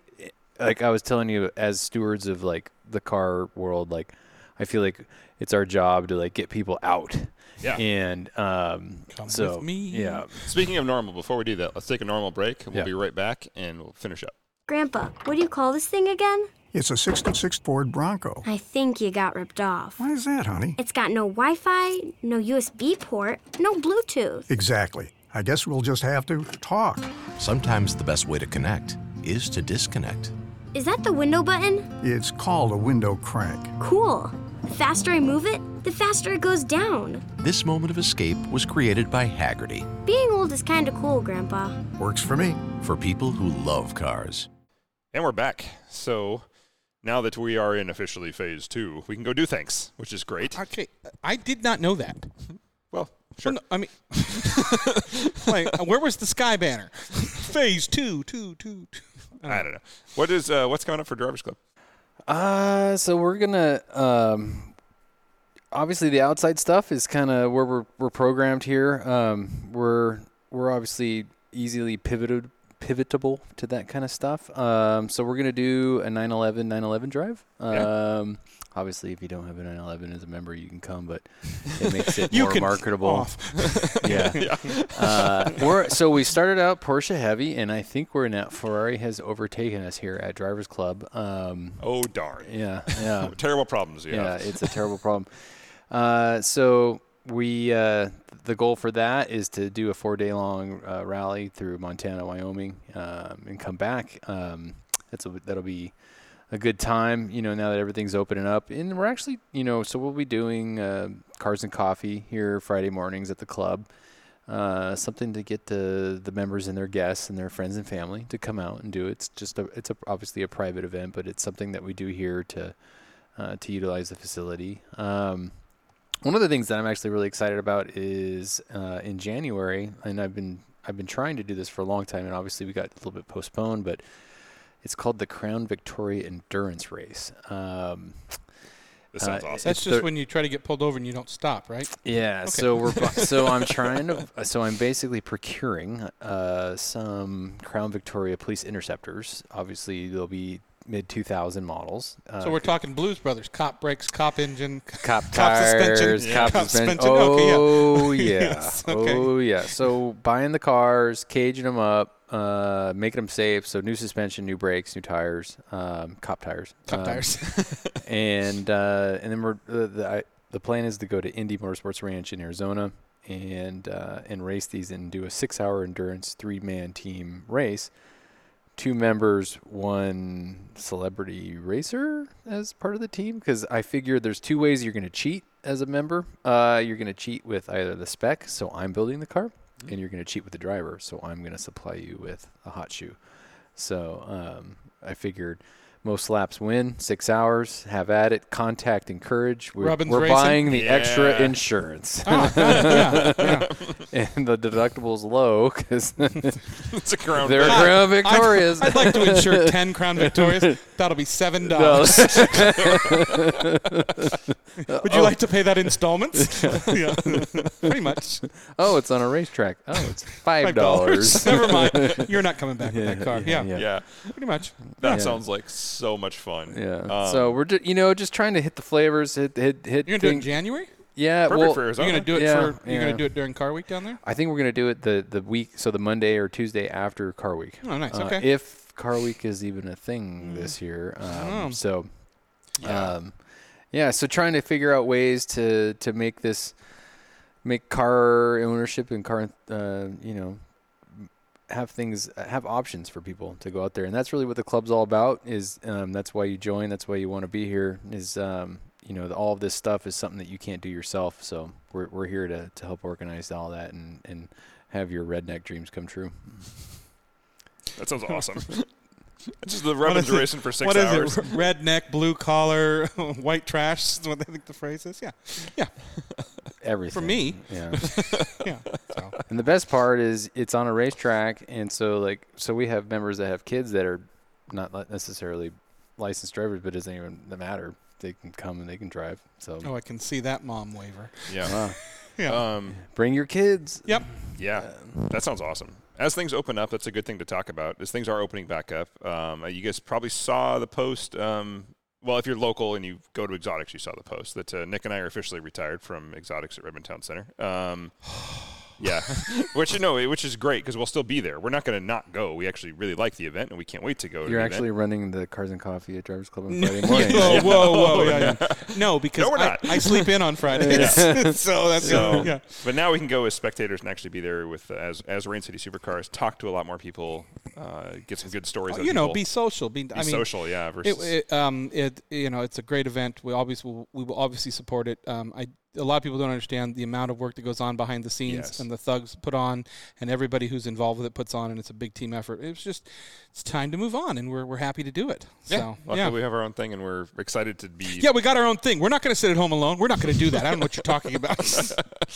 S3: like I was telling you as stewards of like the car world. Like I feel like it's our job to like get people out.
S2: Yeah.
S3: And um,
S1: Come
S3: so
S1: with me.
S3: yeah.
S2: Speaking of normal, before we do that, let's take a normal break and we'll
S3: Yeah.
S2: be right back and we'll finish up.
S5: Grandpa, what do you call this thing again?
S6: It's a 66 Ford Bronco.
S5: I think you got ripped off.
S6: Why is that, honey?
S5: It's got no Wi Fi, no USB port, no Bluetooth.
S6: Exactly. I guess we'll just have to talk.
S4: Sometimes the best way to connect is to disconnect.
S5: Is that the window button?
S6: It's called a window crank.
S5: Cool. The faster I move it, the faster it goes down.
S4: This moment of escape was created by Haggerty
S5: Being old is kinda cool, Grandpa.
S6: Works for me.
S4: for people who love cars.
S2: And we're back. So now that we are in officially phase two, we can go do things, which is great.
S1: Okay. I did not know that.
S2: Well, sure.
S1: Well, no, I mean, *laughs* like, where was the sky banner? *laughs* Phase two, two, two, two.
S2: I don't know. What is uh, what's coming up for Drivers Club?
S3: Uh, so we're gonna um, obviously the outside stuff is kind of where we're we're programmed here. Um, we're we're obviously easily pivoted pivotable to that kind of stuff. Um, so we're gonna do a 911 911 drive.
S2: Yeah.
S3: Um, obviously, if you don't have a 911 as a member, you can
S1: *laughs*
S3: come, but it makes it
S1: You
S3: more
S1: can
S3: marketable.
S1: off.
S3: *laughs*
S1: *laughs*
S3: Yeah. Uh, we're, so we started out Porsche heavy, and I think we're now Ferrari has overtaken us here at Drivers Club. Um,
S2: Oh darn!
S3: yeah,
S2: *laughs*
S3: yeah.
S2: Terrible problems. You
S3: Yeah,
S2: have.
S3: it's a terrible problem. Uh, so we uh, the goal for that is to do a four day long uh, rally through Montana, Wyoming, um, and come back. Um, that's a, that'll be a good time, you know, now that everything's opening up. And we're actually, you know, so we'll be doing uh, cars and coffee here Friday mornings at the club. Uh, something to get the, the members and their guests and their friends and family to come out and do. It's just a, it's a, obviously a private event, but it's something that we do here to uh, to utilize the facility. Um, one of the things that I'm actually really excited about is uh, in January, and I've been I've been trying to do this for a long time, and obviously we got a little bit postponed, but it's called the Crown Victoria Endurance Race. Um,
S2: This sounds
S3: uh,
S2: awesome.
S1: That's
S3: It's
S1: just
S3: the-
S1: when you try to get pulled over and you don't stop, right?
S3: yeah, so we're bu- so I'm trying to *laughs* so I'm basically procuring uh, some Crown Victoria Police Interceptors. Obviously, they'll be mid 2000 models. Uh,
S1: So we're talking Blues Brothers, cop brakes, cop engine.
S3: *laughs* cop
S1: Cop suspension.
S3: tires,
S1: Yeah.
S3: cop,
S1: Cop
S3: suspension.
S1: suspension. Okay, yeah.
S3: Oh yeah,
S1: *laughs* Yes, okay.
S3: oh yeah. So buying the cars, caging them up, uh, making them safe. So new suspension, new brakes, new tires, um,
S1: *laughs*
S3: cop tires,
S1: Cop
S3: Um,
S1: tires.
S3: *laughs* and uh, and then we're the the, I, the plan is to go to Indy Motorsports Ranch in Arizona and uh, and race these and do a six hour endurance three man team race. Two members, one celebrity racer as part of the team, because I figure there's two ways you're going to cheat as a member. Uh, you're going to cheat with either the spec, so I'm building the car, and you're going to cheat with the driver, so I'm going to supply you with a hot shoe. So um, I figured most laps win, six hours, have at it, contact, encourage. We're,
S1: Robin's
S3: we're
S1: racing.
S3: buying the extra
S2: Yeah.
S3: insurance.
S1: oh, God, yeah, yeah.
S3: *laughs* and the deductible's low *laughs* because
S2: *laughs* it's a crown.
S3: they're
S2: Vic.
S3: Crown Victorias.
S1: I'd like to
S3: *laughs*
S1: insure 10 Crown Victorias. That'll be $7. Would you like to pay
S3: *laughs*
S1: that installments? *laughs* yeah. Pretty much.
S3: oh, it's on a racetrack. Oh, it's five
S1: $5. *laughs*
S3: dollars.
S1: Never
S3: *laughs*
S1: mind. You're not coming back with that car. *laughs* Yeah,
S2: yeah,
S1: pretty much.
S2: that
S3: Yeah.
S2: sounds like so much fun.
S3: Yeah.
S2: Um,
S1: uh,
S3: so we're ju- you know just trying to hit the flavors, hit hit hit.
S1: You're going to do it in
S3: thing-
S1: January?
S3: yeah.
S2: perfect
S3: Well,
S2: for Arizona.
S1: You're going to do it
S3: Yeah,
S1: for, you're going
S3: yeah.
S1: to do it during car week down there?
S3: I think we're gonna do it the the week, so the Monday or Tuesday after Car Week.
S1: Oh, nice.
S3: Uh,
S1: Okay.
S3: If Car Week is even a thing this year, um,
S1: Mm.
S3: so um, yeah. So trying to figure out ways to to make this make car ownership and car uh, you know have things uh, have options for people to go out there and that's really what the club's all about is um, that's why you join that's why you want to be here is um, you know all of this stuff is something that you can't do yourself so we're, we're here to, to help organize all that and, and have your redneck dreams come true *laughs*
S2: That sounds
S1: *laughs*
S2: awesome. It's just the rub and
S1: is it-
S2: duration for six
S1: What is
S2: hours.
S1: it? *laughs* Redneck, blue collar, *laughs* white trash is what I think the phrase is. Yeah. Yeah.
S3: everything
S1: For me. *laughs*
S3: yeah
S1: Yeah.
S2: *laughs*
S1: So.
S3: And the best part is it's on a racetrack, and so like so we have members that have kids that are not li- necessarily licensed drivers, but it doesn't even matter. They can come and they can drive. So
S1: Oh, I can see that mom waver.
S2: *laughs* Yeah.
S3: wow.
S1: Yeah.
S2: Um,
S3: bring your kids.
S1: yep.
S2: yeah, that sounds awesome. As things open up, that's a good thing to talk about. As things are opening back up, um, uh, you guys probably saw the post. Um, well, if you're local and you go to Exotics, you saw the post that uh, Nick and I are officially retired from Exotics at Redmond Town Center.
S1: *sighs*
S2: Um, yeah, *laughs* which you know, which is great because we'll still be there. We're not going to not go. We actually really like the event and we can't wait to go. to
S3: You're
S2: the
S3: actually
S2: event.
S3: running the Cars and Coffee at Drivers
S1: *laughs*
S3: Club on
S1: No,
S3: Friday morning.
S1: whoa,
S2: *laughs*
S1: whoa, whoa, yeah, yeah. No, because
S2: No, we're
S1: I,
S2: not.
S1: I sleep in on Fridays. *laughs* so that's
S2: *laughs* So,
S1: yeah.
S2: but now we can go as spectators and actually be there with uh, as as Rain City Supercars, talk to a lot more people, uh, get some good stories. out of
S1: Oh, You know,
S2: people.
S1: be social. Be, I mean,
S2: social, yeah. Versus
S1: It, it, um, it, you know, it's a great event. We always will, we will obviously support it. Um, I, a lot of people don't understand the amount of work that goes on behind the scenes
S2: Yes.
S1: and the thugs put on and everybody who's involved with it puts on and it's a big team effort. It's just, it's time to move on and we're, we're happy to do it. So,
S2: luckily
S1: yeah.
S2: we have our own thing, and we're excited to be.
S1: yeah, we got our own thing. We're not going to sit at home alone. We're not going to do that. I don't know what you're talking
S2: *laughs*
S1: about.
S2: *laughs*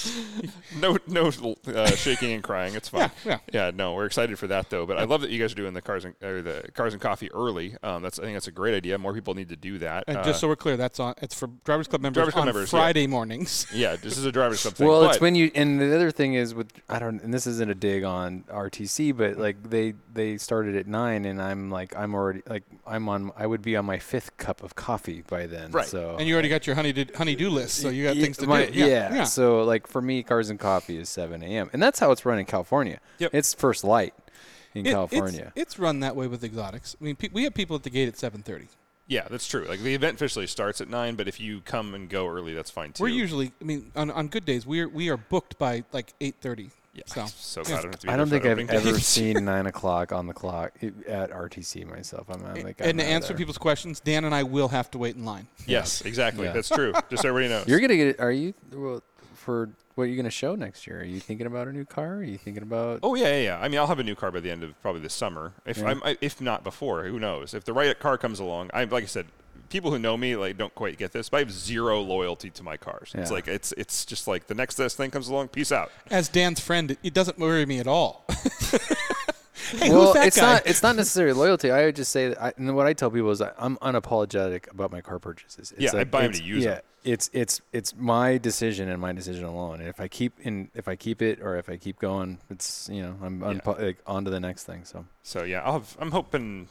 S2: No, no uh, shaking and crying. It's fine.
S1: *laughs* Yeah,
S2: No, we're excited for that though. But I love that you guys are doing the cars and or the cars and coffee early. Um, that's I think that's a great idea. More people need to do that.
S1: and
S2: Uh,
S1: just so we're clear, that's on. It's for Drivers Club members
S2: Drivers Club
S1: on
S2: members, yeah.
S1: Friday morning. things.
S2: Yeah, this is a driver's club thing.
S3: Well, it's
S2: but-
S3: when you and the other thing is with I don't and this isn't a dig on RTC, but like they they started at nine and I'm like I'm already like I'm on I would be on my fifth cup of coffee by then.
S2: Right.
S3: So
S1: *laughs* And you already got your honey to, honey-do list, so you got
S3: Yeah,
S1: things to
S3: my-
S1: do.
S3: Yeah, So like for me, cars and coffee is seven a.m. and that's how it's run in California.
S1: Yep.
S3: It's first light in
S1: It- it's-
S3: California.
S1: It's, run that way with exotics. I mean, pe- we have people at the gate at 7:30.
S2: yeah, that's true. Like the event officially starts at nine, but if you come and go early, that's fine too.
S1: We're usually, I mean, on, on good days, we are we are booked by like 8:30.
S2: yeah, *laughs*
S1: So, *laughs*
S2: so glad I don't have to be
S3: I
S2: there
S3: don't
S2: for
S3: think
S2: that
S3: I've
S2: opening day.
S3: ever seen nine o'clock on the clock i- at RTC myself. I'm, I'm like I'm
S1: and to
S3: out
S1: answer
S3: there.
S1: people's questions, Dan and I will have to wait in line.
S2: *laughs* Yes, exactly.
S3: Yeah.
S2: That's true. Just so everybody knows.
S3: *laughs* You're gonna get. Are you well, for what are you gonna show next year? Are you thinking about a new car? Are you thinking about?
S2: Oh yeah, yeah, yeah. I mean, I'll have a new car by the end of probably this summer. If I'm, I, if not before, who knows? If the right car comes along, I like I said, people who know me like don't quite get this, but I have zero loyalty to my cars. It's
S3: Yeah.
S2: like it's it's just like the next best thing comes along. Peace out.
S1: As Dan's friend, it, it doesn't worry me at all. *laughs* hey,
S3: well,
S1: *laughs* who's that
S3: it's
S1: guy?
S3: not. It's not necessarily loyalty. I would just say that. I, and what I tell people is I, I'm unapologetic about my car purchases. It's
S2: Yeah, I buy 'em
S3: it's-
S2: to use
S3: Yeah,
S2: 'em.
S3: it's it's it's my decision and my decision alone. And if I keep in, if I keep it, or if I keep going, it's you know I'm unpo- like, on to the next thing. So
S2: So yeah, I'll have, I'm hoping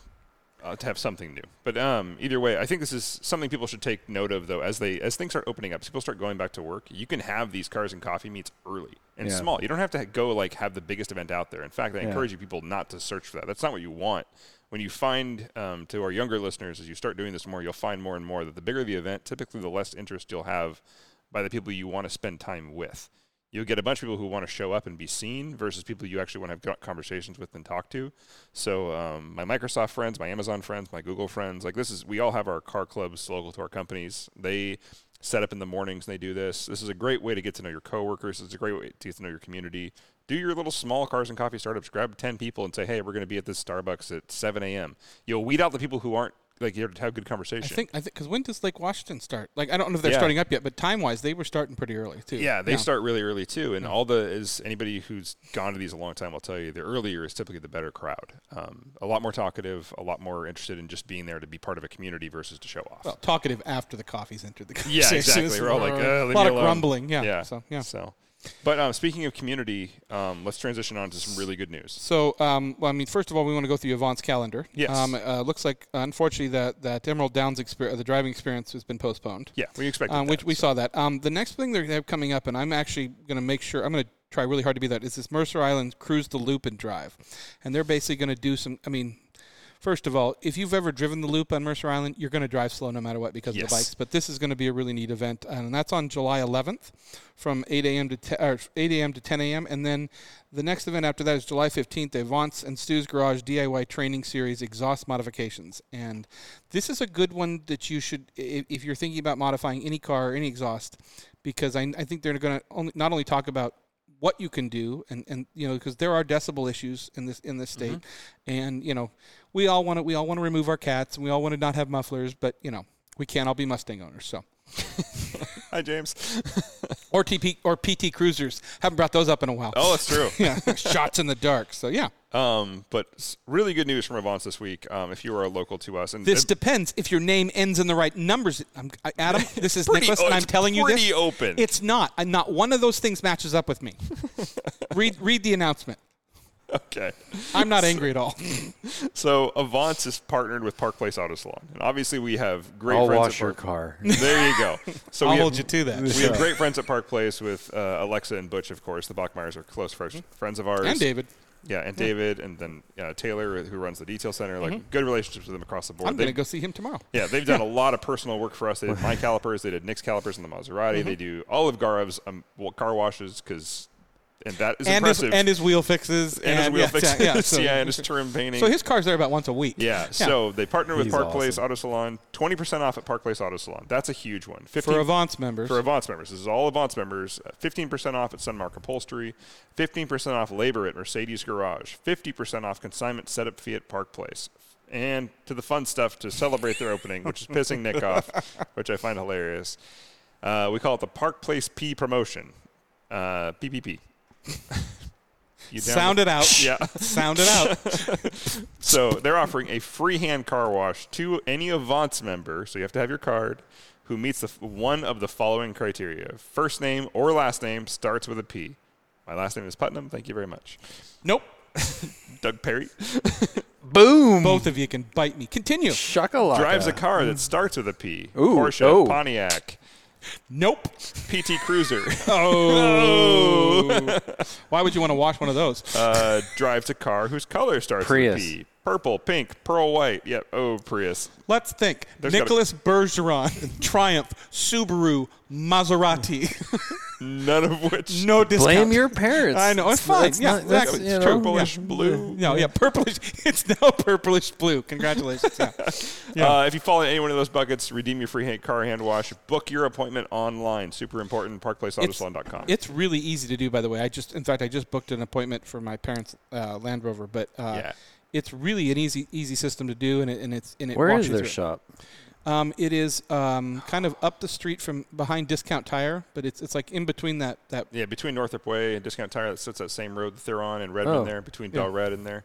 S2: uh, to have something new. But um, either way, I think this is something people should take note of though, as they as things start opening up, as people start going back to work. You can have these cars and coffee meets early and
S3: Yeah.
S2: small. You don't have to go like have the biggest event out there. In fact, I
S3: Yeah.
S2: encourage you people not to search for that. That's not what you want. When you find um, to our younger listeners, as you start doing this more, you'll find more and more that the bigger the event, typically the less interest you'll have by the people you want to spend time with. You'll get a bunch of people who want to show up and be seen versus people you actually want to have conversations with and talk to. So um, my Microsoft friends, my Amazon friends, my Google friends, like this is we all have our car clubs local to our companies. They set up in the mornings and they do this. This is a great way to get to know your coworkers. It's a great way to get to know your community. Do your little small cars and coffee startups. Grab ten people and say, hey, we're going to be at this Starbucks at seven a.m. You'll weed out the people who aren't like you have to have good
S1: I
S2: conversation.
S1: think I think because when does Lake Washington start? Like I don't know if they're
S2: Yeah.
S1: starting up yet, but time wise, they were starting pretty early too.
S2: Yeah, they start really early too, and all the is anybody who's gone to these a long time will tell you the earlier is typically the better crowd. Um, a lot more talkative, a lot more interested in just being there to be part of a community versus to show off.
S1: Well, talkative after the coffee's entered the
S2: yeah,
S1: conversation. *laughs*
S2: exactly. We're all like,
S1: a
S2: uh, leave
S1: lot
S2: me
S1: of
S2: alone."
S1: grumbling. Yeah.
S2: yeah.
S1: So yeah.
S2: So, but um, speaking of community, um, let's transition on to some really good news.
S1: So, um, well, I mean, first of all, we want to go through Yvonne's calendar.
S2: Yes.
S1: Um, uh, looks like, unfortunately, that, that Emerald Downs experience, the driving experience, has been postponed.
S2: Yeah, we expected
S1: Um, which
S2: that,
S1: we
S2: so.
S1: saw that. Um, the next thing they're gonna have coming up, and I'm actually going to make sure I'm going to try really hard to be that. Is this Mercer Island Cruise the Loop and Drive, and they're basically going to do some. I mean. First of all, if you've ever driven the loop on Mercer Island, you're going to drive slow no matter what because of
S2: Yes.
S1: the bikes. But this is going to be a really neat event, and that's on July 11th, from 8 a.m. to 10, or 8 a.m. to 10 a.m. And then the next event after that is July 15th, the Vance and Stu's Garage DIY Training Series Exhaust Modifications. And this is a good one that you should, i- if you're thinking about modifying any car or any exhaust, because I, I think they're going to only, not only talk about what you can do and, and you know because there are decibel issues in this in this state
S2: Mm-hmm.
S1: and you know we all want to we all want to remove our cats and we all want to not have mufflers but you know we can't all be mustang owners
S2: *laughs*
S1: so
S2: Hi, James. *laughs*
S1: or TP or PT Cruisers. Haven't brought those up in a while.
S2: Oh, that's true.
S1: *laughs* yeah, shots in the dark. So yeah,
S2: um, but s- really good news from Avance this week. Um, if you are local to us, and
S1: this
S2: and
S1: depends if your name ends in the right numbers. I'm, I-
S2: *laughs*
S1: Adam, this is
S2: Pretty-
S1: Nicholas,
S2: oh,
S1: and I'm
S2: it's
S1: telling you this.
S2: pretty open.
S1: It's not. i not one of those things matches up
S2: *laughs*
S1: with me. read read the announcement.
S2: *laughs* okay.
S1: I'm not angry at all.
S2: So Avance is partnered with Park Place Auto Salon, and obviously we have great
S3: I'll
S2: friends.
S3: wash
S2: at
S3: your
S2: Park-
S3: car.
S2: There you
S1: *laughs*
S2: go. So
S1: I'll
S2: we
S1: hold
S2: have,
S1: you to that.
S2: We have great friends at Park Place with uh, Alexa and Butch, of course. The Bachmeyers are close fr- friends of ours.
S1: Mm-hmm. And David.
S2: Yeah, and David, and then uh, Taylor, who runs the detail center. Like good relationships with them across the board.
S1: Mm-hmm. I'm
S2: They-
S1: going to go see him tomorrow.
S2: *laughs* yeah, they've done a lot of personal work for us. They did my calipers, they did Nick's calipers in the Maserati.
S1: Mm-hmm.
S2: They do all of Garav's um, wa- car washes because, and that is
S1: and his,
S2: impressive.
S1: and his wheel fixes. And,
S2: And his wheel
S1: yeah,
S2: fixes.
S1: Yeah,
S2: *laughs* Yeah,
S1: so,
S2: and his trim painting.
S1: so his car's there about once a week.
S2: Yeah, So they partner with
S3: He's
S2: Park Place
S3: awesome.
S2: Auto Salon. Twenty percent off at Park Place Auto Salon. That's a huge one. 15,
S1: for Avance members.
S2: for Avance members, this is all Avance members. uh, Fifteen percent off at Sunmark Upholstery. Fifteen percent off labor at Mercedes Garage. Fifty percent off consignment setup fee at Park Place. And to the fun stuff to celebrate their opening, which is pissing Nick off, which I find hilarious. Uh, we call it the Park Place P promotion, uh, PPP. *laughs* You down
S1: Sound
S2: with-
S1: it
S2: *laughs*
S1: out.
S2: Yeah.
S1: Sound it out.
S2: So they're offering a free hand car wash to any Avance member. So you have to have your card who meets the f- one of the following criteria: first name or last name starts with a P. My last name is Putnam. Thank you very much,
S1: Nope.
S2: Doug Perry.
S3: Boom.
S1: Both of you can bite me. Continue.
S3: Shakalaka.
S2: Drives a car that starts with a P.
S3: Ooh,
S2: Porsche,
S3: oh.
S2: Pontiac, *laughs*
S1: Nope.
S2: PT
S3: *laughs*
S2: Cruiser.
S1: Oh. *laughs* Why would you want to watch one of those?
S2: uh, drives a car whose color starts
S3: Prius.
S2: with a P. Purple, pink, pearl white. Yep. Oh, Prius.
S1: Let's think.
S2: There's gotta-
S1: Nicholas Bergeron, *laughs* Triumph, Subaru, Maserati. *laughs*
S2: None of which.
S1: no discount.
S3: Blame
S2: *laughs*
S3: your parents.
S1: I know. It's fine.
S3: That's
S1: yeah,
S3: not- that's,
S1: exactly.
S3: you
S1: It's
S3: know,
S2: Purplish
S1: yeah.
S2: blue.
S1: No, yeah, purplish. *laughs* It's now purplish blue. Congratulations. Yeah. Yeah.
S2: Uh, if you fall in any one of those buckets, redeem your free hand car hand wash. Book your appointment online. Super important. ParkPlaceAutosalon.com.
S1: It's really easy to do, by the way. I just, in fact, I just booked an appointment for my parents' uh, Land Rover, but uh,
S2: Yeah.
S1: it's really an easy, easy system to do, and it, and it's, and it
S3: Where
S1: walks
S3: is
S1: you
S3: their
S1: through it.
S3: shop?
S1: Um, it is um, kind of up the street from behind Discount Tire, but it's it's like in between that that.
S2: yeah, between Northrop Way and Discount Tire, that sits that same road that they're on, and Redmond
S3: Oh.
S2: there, between Bell Red and there.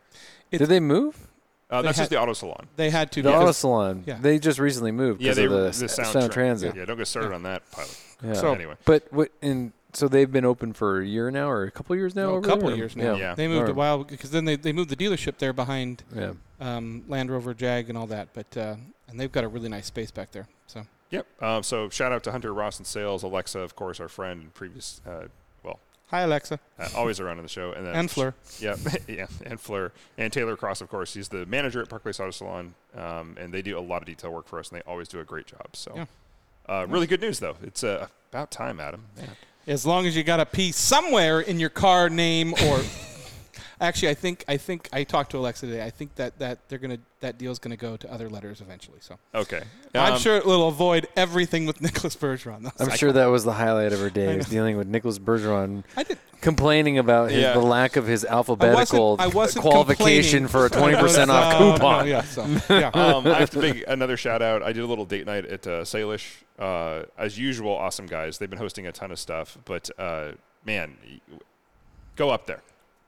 S1: It's-
S3: Did they move?
S2: Uh, that's
S1: had-
S2: just the auto salon.
S1: They had to
S3: The
S1: because-
S3: auto salon.
S1: yeah.
S3: They just recently moved
S2: Yeah,
S3: because
S2: they
S3: of the,
S2: the
S3: s-
S2: sound,
S3: Sound
S2: Tra-
S3: Transit.
S2: Yeah, don't get started on that pilot.
S3: Yeah.
S1: So-
S2: anyway,
S3: But what and so they've been open for a year now or a couple years now?
S1: No, a
S3: over
S1: couple
S3: there?
S1: years now.
S2: Yeah.
S1: They moved
S3: Or-
S1: a while because then they, they moved the dealership there behind
S3: Yeah.
S1: um, Land Rover, Jag, and all that. But uh, and they've got a really nice space back there. So
S2: yep. Um, so shout out to Hunter Ross and Sales, Alexa, of course, our friend and previous, uh, well,
S1: hi Alexa
S2: uh, always around in the show, and then
S1: and Fleur.
S2: Yeah, *laughs* yeah, and Fleur and Taylor Cross, of course. He's the manager at Park Place Auto Salon, um, and they do a lot of detail work for us, and they always do a great job. So,
S1: Yeah.
S2: uh, really good news though. It's uh, about time, Adam. Man.
S1: As long as you got a P somewhere in your car name
S3: *laughs*
S1: or. Actually, I think I think I talked to Alexa today. I think that, that they're gonna that deal's gonna go to other letters eventually. So
S2: Okay,
S1: I'm
S2: Um,
S1: sure it will avoid everything with *laughs* Nicholas Bergeron. though.
S3: I'm sure that was the highlight of
S1: *laughs*
S3: her day was dealing with Nicholas Bergeron
S1: I did.
S3: complaining about his,
S2: Yeah.
S3: the lack of his alphabetical
S1: I wasn't
S3: qualification
S1: complaining.
S3: for a
S1: *laughs* I was,
S3: 20% off
S1: uh,
S3: coupon.
S1: no, yeah, so,
S3: *laughs*
S1: yeah.
S2: um, I have to make another shout out. I did a little date night at uh, Salish. Uh, as usual, awesome guys. They've been hosting a ton of stuff, but uh, man, y- go up there.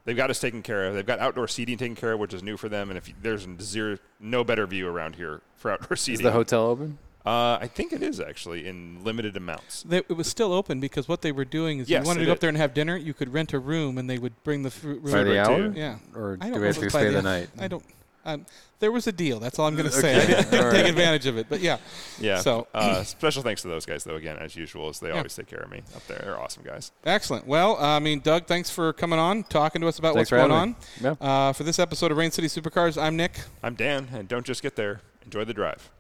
S2: They've got us taken care of. They've got outdoor seating taken care of, which is new for them. And if you, there's zero, no better view around here for outdoor
S3: Is
S2: seating.
S3: the hotel open?
S2: Uh, I think it is actually in limited amounts.
S1: They, it was still open because what they were doing is
S2: Yes,
S1: you wanted to
S2: it
S1: go
S2: is.
S1: up there and have dinner, you could rent a room and they would bring the fruit room.
S3: By the
S2: Right,
S3: hour?
S2: too.
S1: Yeah.
S3: Or
S1: I don't
S3: do we
S1: know
S3: have
S1: if
S3: to
S1: it's by
S3: stay the night?
S1: I don't. Um, there was a deal. That's all I'm going to say. I
S3: Uh, Okay.
S1: didn't, didn't
S3: All
S1: take
S3: right.
S1: advantage of it, but yeah.
S2: Yeah.
S1: So-
S2: uh, special thanks to those guys, though. Again, as usual, as they
S1: Yeah.
S2: always take care of me up there. They're awesome guys.
S1: Excellent. Well, uh, I mean, Doug, thanks for coming on, talking to us about
S3: Thanks
S1: what's
S3: for
S1: going on.
S3: having me.
S1: Uh, for this episode of Rain City Supercars, I'm Nick.
S2: I'm Dan, and don't just get there. Enjoy the drive.